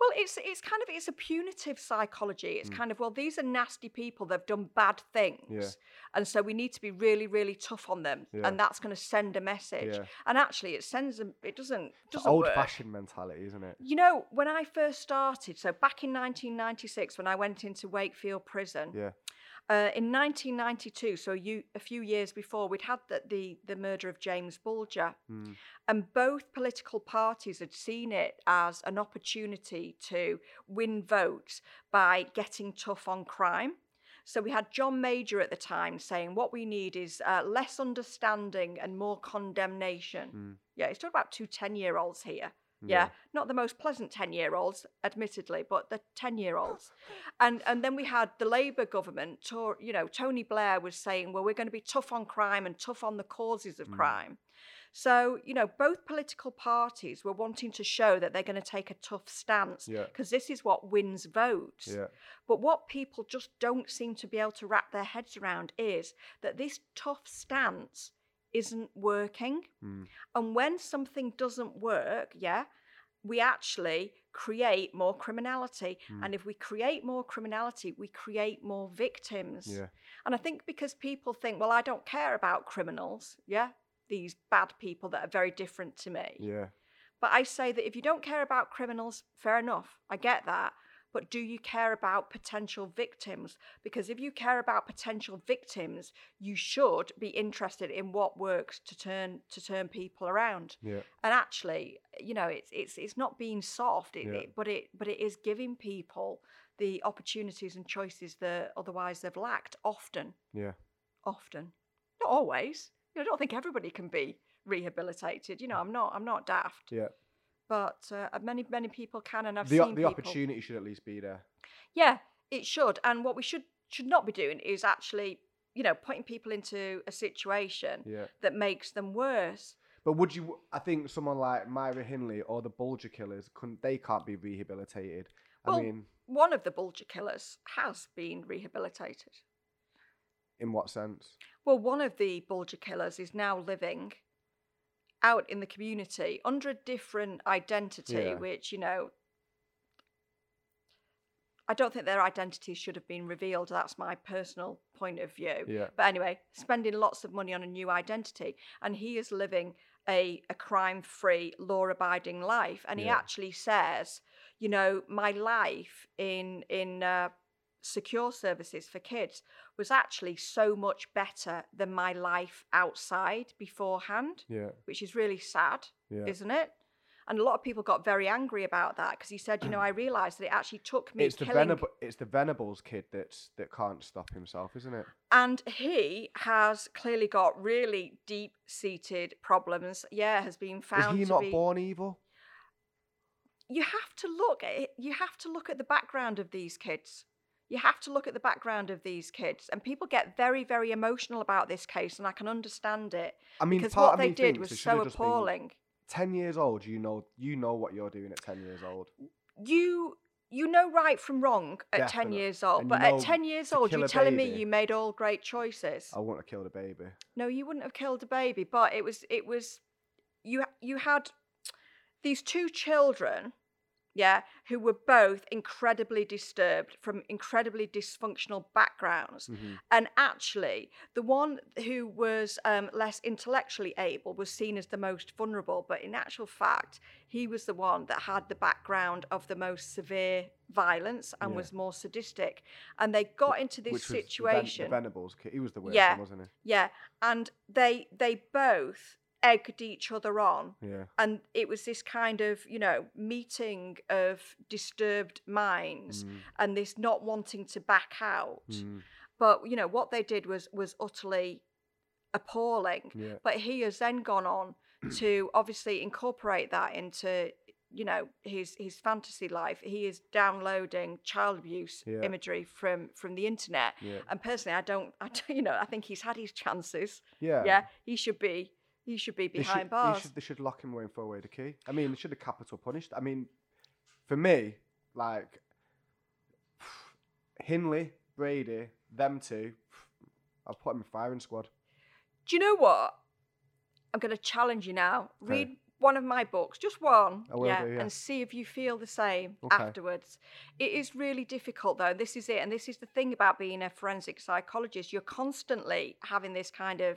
Speaker 1: Well, it's it's kind of it's a punitive psychology.
Speaker 2: Mm.
Speaker 1: It's kind of well, these are nasty people. They've done bad things, and so we need to be really, really tough on them,
Speaker 2: Yeah.
Speaker 1: and that's going to send a message.
Speaker 2: Yeah.
Speaker 1: And actually, it sends them. It doesn't doesn't
Speaker 2: Old
Speaker 1: work.
Speaker 2: fashioned mentality, isn't it?
Speaker 1: You know, when I first started, so back in 1996, when I went into Wakefield Prison,
Speaker 2: Yeah.
Speaker 1: uh, in 1992, so you, a few years before, we'd had the, the, the murder of James Bulger,
Speaker 2: Mm.
Speaker 1: and both political parties had seen it as an opportunity to win votes by getting tough on crime. So we had John Major at the time saying what we need is uh, less understanding and more condemnation.
Speaker 2: Mm.
Speaker 1: Yeah, he's talking about two 10 year olds here.
Speaker 2: Yeah.
Speaker 1: Yeah. not the most pleasant 10 year olds, admittedly, but the
Speaker 2: Oh.
Speaker 1: 10 year olds. And, and then we had the Labour government, Tor, you know, Tony Blair was saying, well, we're going to be tough on crime and tough on the causes
Speaker 2: Mm.
Speaker 1: of crime. So, you know, both political parties were wanting to show that they're going to take a tough stance
Speaker 2: Mm. Yeah.
Speaker 1: because this is what wins votes.
Speaker 2: Yeah.
Speaker 1: But what people just don't seem to be able to wrap their heads around is that this tough stance isn't working.
Speaker 2: Mm.
Speaker 1: And when something doesn't work, yeah, we actually create more criminality.
Speaker 2: Hmm.
Speaker 1: And if we create more criminality, we create more victims.
Speaker 2: Yeah.
Speaker 1: And I think because people think, well, I don't care about criminals, yeah, these bad people that are very different to me.
Speaker 2: Yeah.
Speaker 1: But I say that if you don't care about criminals, fair enough, I get that. But do you care about potential victims? Because if you care about potential victims, you should be interested in what works to turn to turn people around.
Speaker 2: Yeah.
Speaker 1: And actually, you know, it's it's it's not being soft, it,
Speaker 2: Yeah.
Speaker 1: it- but it but it is giving people the opportunities and choices that otherwise they've lacked often,
Speaker 2: Yeah.
Speaker 1: often, not always. You know, I don't think everybody can be rehabilitated. You know, I'm not I'm not daft
Speaker 2: Mm. Yeah.
Speaker 1: but uh, uh, many many people can, and I've
Speaker 2: The,
Speaker 1: seen
Speaker 2: the
Speaker 1: people.
Speaker 2: opportunity should at least be there.
Speaker 1: Yeah, it should. And what we should should not be doing is actually, you know, putting people into a situation
Speaker 2: Yeah.
Speaker 1: that makes them worse.
Speaker 2: But would you? I think someone like Myra Hinley or the Bulger Killers couldn't. They can't be rehabilitated. I
Speaker 1: Well-
Speaker 2: mean,
Speaker 1: One of the Bulger killers has been rehabilitated.
Speaker 2: in what sense?
Speaker 1: Well, one of the Bulger killers is now living out in the community under a different identity,
Speaker 2: Yeah.
Speaker 1: which, you know, I don't think their identity should have been revealed. That's my personal point of view.
Speaker 2: Yeah.
Speaker 1: But anyway, spending lots of money on a new identity. And he is living a, a crime free, law abiding life. And he
Speaker 2: Yeah.
Speaker 1: actually says, you know, my life in, in uh, secure services for kids was actually so much better than my life outside beforehand,
Speaker 2: Yeah.
Speaker 1: which is really sad
Speaker 2: Yeah.
Speaker 1: isn't it? And a lot of people got very angry about that because he said, you know, I realised that it actually took me
Speaker 2: it's the
Speaker 1: killing.
Speaker 2: Venab- it's the Venables kid that's that can't stop himself, isn't it?
Speaker 1: and he has clearly got really deep-seated problems. Yeah, has been found.
Speaker 2: Was he
Speaker 1: to
Speaker 2: not
Speaker 1: be-
Speaker 2: born evil?
Speaker 1: You have to look at it. You have to look at the background of these kids. You have to look at the background of these kids, and people get very, very emotional about this case, and I can understand it
Speaker 2: I mean,
Speaker 1: because
Speaker 2: part
Speaker 1: what
Speaker 2: of
Speaker 1: they
Speaker 2: me
Speaker 1: did
Speaker 2: thinks it
Speaker 1: was
Speaker 2: should have
Speaker 1: so
Speaker 2: just been
Speaker 1: appalling.
Speaker 2: Ten years old, you know, you know what you're doing at ten years old.
Speaker 1: you you know right from wrong at 10
Speaker 2: Definite-
Speaker 1: years old
Speaker 2: and
Speaker 1: but
Speaker 2: you
Speaker 1: at
Speaker 2: know
Speaker 1: 10 years
Speaker 2: to
Speaker 1: old
Speaker 2: kill
Speaker 1: you're
Speaker 2: a
Speaker 1: telling me
Speaker 2: baby.
Speaker 1: you made all great choices
Speaker 2: I wouldn't have killed a baby.
Speaker 1: no you wouldn't have killed a baby but it was it was you you had these two children yeah who were both incredibly disturbed from incredibly dysfunctional backgrounds
Speaker 2: Mhm.
Speaker 1: and actually the one who was um, less intellectually able was seen as the most vulnerable but in actual fact he was the one that had the background of the most severe violence and
Speaker 2: Yeah.
Speaker 1: was more sadistic and they got into this
Speaker 2: Which was the Ven-
Speaker 1: situation
Speaker 2: the Venables kid, he was the worst
Speaker 1: Yeah.
Speaker 2: one, wasn't
Speaker 1: yeah, and they they both egged each other on,
Speaker 2: he? Yeah.
Speaker 1: and it was this kind of you know meeting of disturbed minds
Speaker 2: Mm,
Speaker 1: and this not wanting to back out.
Speaker 2: mm,
Speaker 1: But you know what they did was was utterly appalling.
Speaker 2: yeah.
Speaker 1: But he has then gone on to obviously incorporate that into you know his his fantasy life. He is downloading child abuse
Speaker 2: Yeah.
Speaker 1: imagery from from the internet.
Speaker 2: Yeah.
Speaker 1: And personally, I don't, I don't, you know, I think he's had his chances.
Speaker 2: Yeah.
Speaker 1: Yeah, he should be, he should be
Speaker 2: They should-
Speaker 1: behind
Speaker 2: they
Speaker 1: bars.
Speaker 2: should- They should lock him away and throw away the key. I mean, they should have capital punished. I mean, for me, like Hinley, Brady, them two, I'll put him in firing squad.
Speaker 1: Do you know what? I'm going to challenge you now. Read one of my books, just one,
Speaker 2: I will do, yeah.
Speaker 1: and see if you feel the same
Speaker 2: Okay.
Speaker 1: afterwards. It is really difficult, though. and This is it, and this is the thing about being a forensic psychologist. You're constantly having this kind of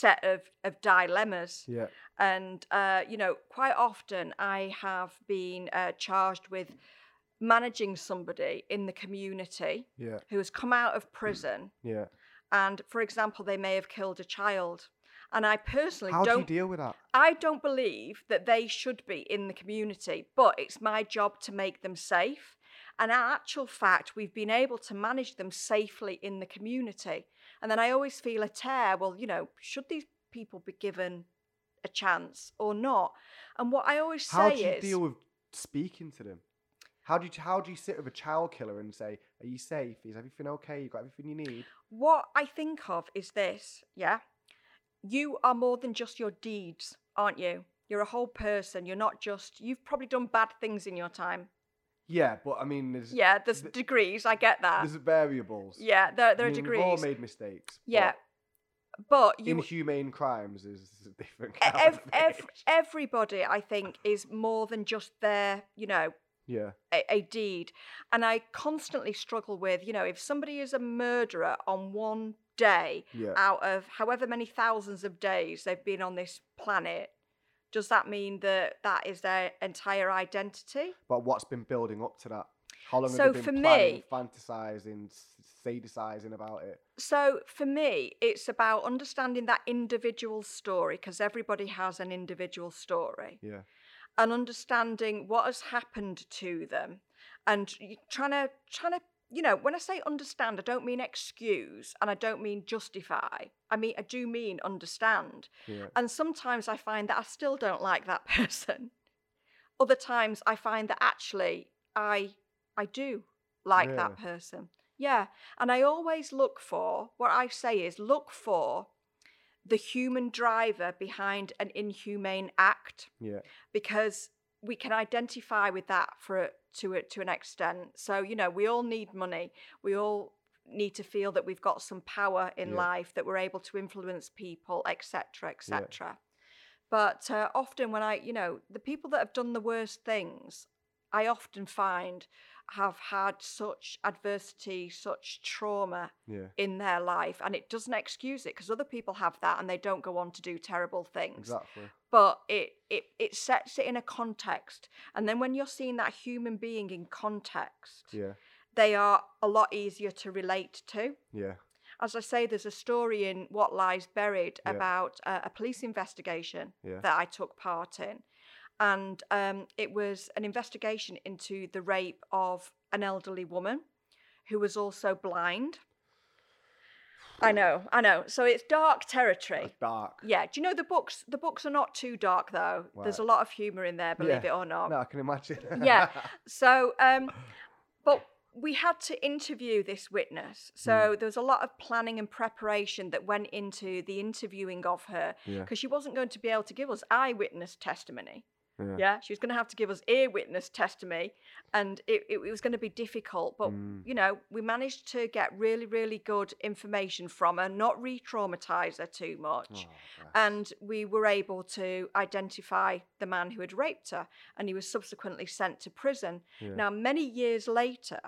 Speaker 1: set of, of dilemmas.
Speaker 2: Yeah.
Speaker 1: And, uh, you know, quite often I have been uh, charged with managing somebody in the community
Speaker 2: Yeah.
Speaker 1: who has come out
Speaker 2: Mm.
Speaker 1: of prison
Speaker 2: Yeah.
Speaker 1: and for example they may have killed a child and i personally
Speaker 2: How do you
Speaker 1: don't
Speaker 2: deal with that?
Speaker 1: i don't believe that they should be in the community but it's my job to make them safe and in actual fact we've been able to manage them safely in the community and then i always feel a tear well you know should these people be given a chance or not and what i always say
Speaker 2: How do you
Speaker 1: is
Speaker 2: deal with speaking to them? How do you how do you sit with a child killer and say, "Are you safe? Is everything okay? You got everything you need?"
Speaker 1: What I think of is this, yeah? You are more than just your deeds, aren't you? You're a whole person. You're not just, you've probably done bad things in your time.
Speaker 2: Yeah, but I mean, there's
Speaker 1: Yeah, there's
Speaker 2: th-
Speaker 1: degrees, I get that.
Speaker 2: there's variables.
Speaker 1: Yeah, there,
Speaker 2: I
Speaker 1: there are
Speaker 2: mean,
Speaker 1: degrees.
Speaker 2: We've all made mistakes.
Speaker 1: yeah.
Speaker 2: but
Speaker 1: But you,
Speaker 2: inhumane crimes is a different.
Speaker 1: e-
Speaker 2: kind
Speaker 1: ev-
Speaker 2: of
Speaker 1: ev-
Speaker 2: thing.
Speaker 1: everybody, I think, is more than just their, you know,
Speaker 2: yeah,
Speaker 1: a, a deed. And I constantly struggle with, you know, if somebody is a murderer on one day,
Speaker 2: yeah.
Speaker 1: out of however many thousands of days they've been on this planet, does that mean that that is their entire identity?
Speaker 2: But what's been building up to that? How long
Speaker 1: So
Speaker 2: have they been
Speaker 1: for
Speaker 2: planning,
Speaker 1: me-
Speaker 2: fantasizing, s- sadisizing about it?
Speaker 1: So for me, it's about understanding that individual story because everybody has an individual story
Speaker 2: Yeah,
Speaker 1: and understanding what has happened to them and y- trying to, trying to, you know, when I say understand, I don't mean excuse and I don't mean justify. I mean, I do mean understand.
Speaker 2: yeah,
Speaker 1: And sometimes I find that I still don't like that person. Other times I find that actually I I do like that
Speaker 2: Really?
Speaker 1: person. Yeah. And I always look for what I say is look for the human driver behind an inhumane act
Speaker 2: yeah.
Speaker 1: because we can identify with that for a- to a, to an extent. So you know, we all need money. We all need to feel that we've got some power in
Speaker 2: Yeah.
Speaker 1: life, that we're able to influence people, etc.,
Speaker 2: Yeah.
Speaker 1: etc. But uh, often, when I, you know, the people that have done the worst things, I often find have had such adversity, such trauma
Speaker 2: Yeah,
Speaker 1: in their life, and it doesn't excuse it because other people have that and they don't go on to do terrible things
Speaker 2: exactly.
Speaker 1: but it, it it sets it in a context and then when you're seeing that human being in context
Speaker 2: Yeah,
Speaker 1: they are a lot easier to relate to
Speaker 2: yeah,
Speaker 1: as i say there's a story in what lies buried
Speaker 2: Yeah.
Speaker 1: about uh, a police investigation
Speaker 2: Yeah.
Speaker 1: that i took part in and um, it was an investigation into the rape of an elderly woman who was also blind i know i know so it's dark territory
Speaker 2: That's dark.
Speaker 1: yeah, do you know the books? The books are not too dark though. There's a
Speaker 2: Right.
Speaker 1: lot of humour in there, believe
Speaker 2: Yeah.
Speaker 1: it or not.
Speaker 2: No, I can imagine.
Speaker 1: Yeah. So, um, but we had to interview this witness. So
Speaker 2: Hmm.
Speaker 1: there was a lot of planning and preparation that went into the interviewing of her
Speaker 2: Yeah.
Speaker 1: because she wasn't going to be able to give us eyewitness testimony.
Speaker 2: Yeah.
Speaker 1: she was going to have to give us ear witness testimony, and it, it, it was going to be difficult. But
Speaker 2: Mm.
Speaker 1: you know, we managed to get really, really good information from her, not re-traumatize her too much
Speaker 2: Oh, bless.
Speaker 1: and we were able to identify the man who had raped her and he was subsequently sent to prison
Speaker 2: Yeah.
Speaker 1: now many years later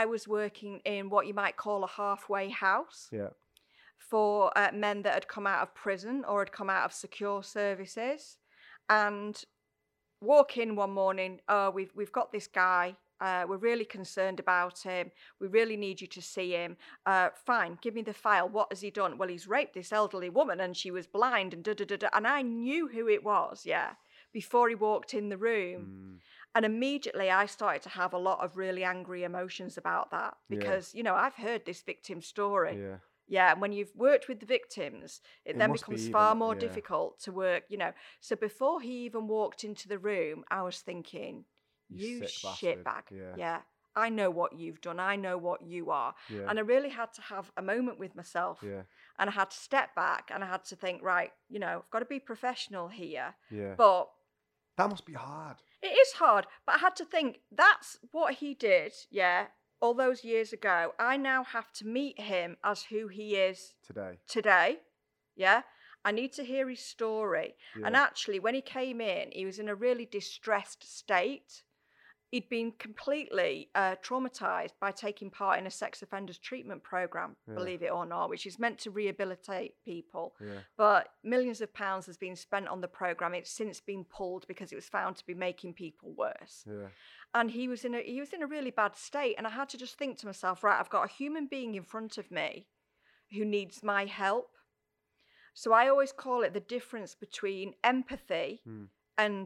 Speaker 1: i was working in what you might call a halfway house
Speaker 2: yeah.
Speaker 1: for uh, men that had come out of prison or had come out of secure services and walk in one morning oh we've, we've got this guy uh, we're really concerned about him we really need you to see him uh, fine give me the file what has he done well he's raped this elderly woman and she was blind and da da da da and i knew who it was yeah before he walked in the room
Speaker 2: Mm,
Speaker 1: and immediately I started to have a lot of really angry emotions about that
Speaker 2: Yeah.
Speaker 1: because, you know, I've heard this victim story.
Speaker 2: yeah.
Speaker 1: Yeah, and when you've worked with the victims, it,
Speaker 2: It
Speaker 1: then
Speaker 2: must be
Speaker 1: becomes
Speaker 2: even-
Speaker 1: far more
Speaker 2: yeah.
Speaker 1: difficult to work, you know. So before he even walked into the room, I was thinking, you,
Speaker 2: sick
Speaker 1: shit bag.
Speaker 2: bastard. Yeah.
Speaker 1: yeah, I know what you've done. I know what you are.
Speaker 2: Yeah.
Speaker 1: And I really had to have a moment with myself
Speaker 2: yeah.
Speaker 1: and I had to step back and I had to think, right, you know, I've got to be professional here.
Speaker 2: Yeah.
Speaker 1: But
Speaker 2: that must be hard.
Speaker 1: it is hard, but I had to think that's what he did. Yeah. all those years ago, I now have to meet him as who he is
Speaker 2: today.
Speaker 1: today. Yeah. I need to hear his story. And
Speaker 2: Yeah.
Speaker 1: actually, when he came in, he was in a really distressed state. He'd been completely uh, traumatized by taking part in a sex offenders treatment program,
Speaker 2: Yeah.
Speaker 1: believe it or not, which is meant to rehabilitate people.
Speaker 2: Yeah.
Speaker 1: But millions of pounds has been spent on the program. It's since been pulled because it was found to be making people worse
Speaker 2: Yeah.
Speaker 1: and he was in a he was in a really bad state and i had to just think to myself right i've got a human being in front of me who needs my help so i always call it the difference between empathy
Speaker 2: Hmm.
Speaker 1: and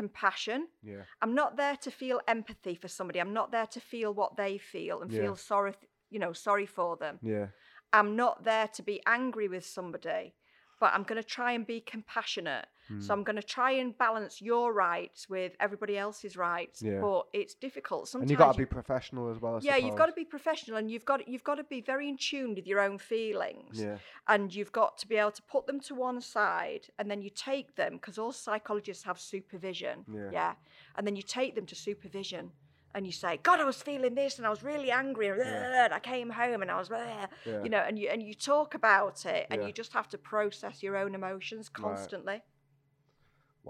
Speaker 1: compassion
Speaker 2: Yeah.
Speaker 1: i'm not there to feel empathy for somebody i'm not there to feel what they feel and
Speaker 2: Yeah.
Speaker 1: feel sorry you know sorry for them
Speaker 2: Yeah.
Speaker 1: i'm not there to be angry with somebody but i'm going to try and be compassionate
Speaker 2: Hmm. Mm.
Speaker 1: so I'm going to try and balance your rights with everybody else's rights,
Speaker 2: Yeah.
Speaker 1: but it's difficult. Sometimes
Speaker 2: and you got to
Speaker 1: you-
Speaker 2: be professional as well. I
Speaker 1: yeah, you've got to
Speaker 2: suppose.
Speaker 1: be professional, and you've got you've got to be very in tune with your own feelings,
Speaker 2: Yeah.
Speaker 1: and you've got to be able to put them to one side, and then you take them because all psychologists have supervision.
Speaker 2: Yeah.
Speaker 1: and then you take them to supervision. And you say, God, I was feeling this, and I was really angry, and
Speaker 2: Yeah.
Speaker 1: I came home, and I was,
Speaker 2: Yeah.
Speaker 1: you know, and you and you talk about it, and
Speaker 2: Yeah.
Speaker 1: you just have to process your own emotions
Speaker 2: Right.
Speaker 1: constantly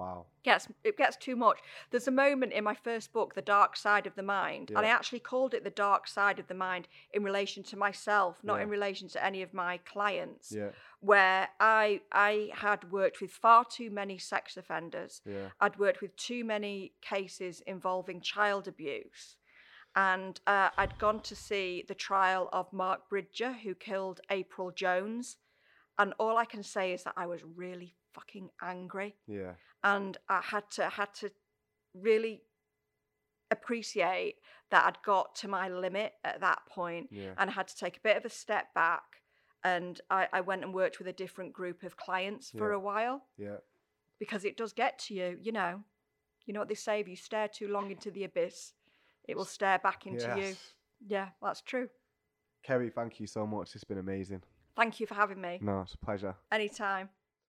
Speaker 2: Wow.
Speaker 1: gets it gets too much. There's a moment in my first book, The Dark Side of the Mind, and I
Speaker 2: Yeah.
Speaker 1: actually called it The Dark Side of the Mind in relation to myself, not
Speaker 2: Yeah.
Speaker 1: in relation to any of my clients,
Speaker 2: Yeah.
Speaker 1: where I I had worked with far too many sex offenders.
Speaker 2: Yeah.
Speaker 1: I'd worked with too many cases involving child abuse. And uh, I'd gone to see the trial of Mark Bridger, who killed April Jones. And all I can say is that I was really fucking angry
Speaker 2: Yeah.
Speaker 1: and I had to had to really appreciate that I'd got to my limit at that point,
Speaker 2: Yeah.
Speaker 1: and I had to take a bit of a step back. And I, I went and worked with a different group of clients for
Speaker 2: Yeah.
Speaker 1: a while
Speaker 2: Yeah.
Speaker 1: because it does get to you, you know. You know what they say: if you stare too long into the abyss, it will stare back into you.
Speaker 2: Yes.
Speaker 1: Yeah, that's true.
Speaker 2: Kerry, thank you so much. It's been amazing.
Speaker 1: Thank you for having me.
Speaker 2: No, it's a pleasure.
Speaker 1: Anytime.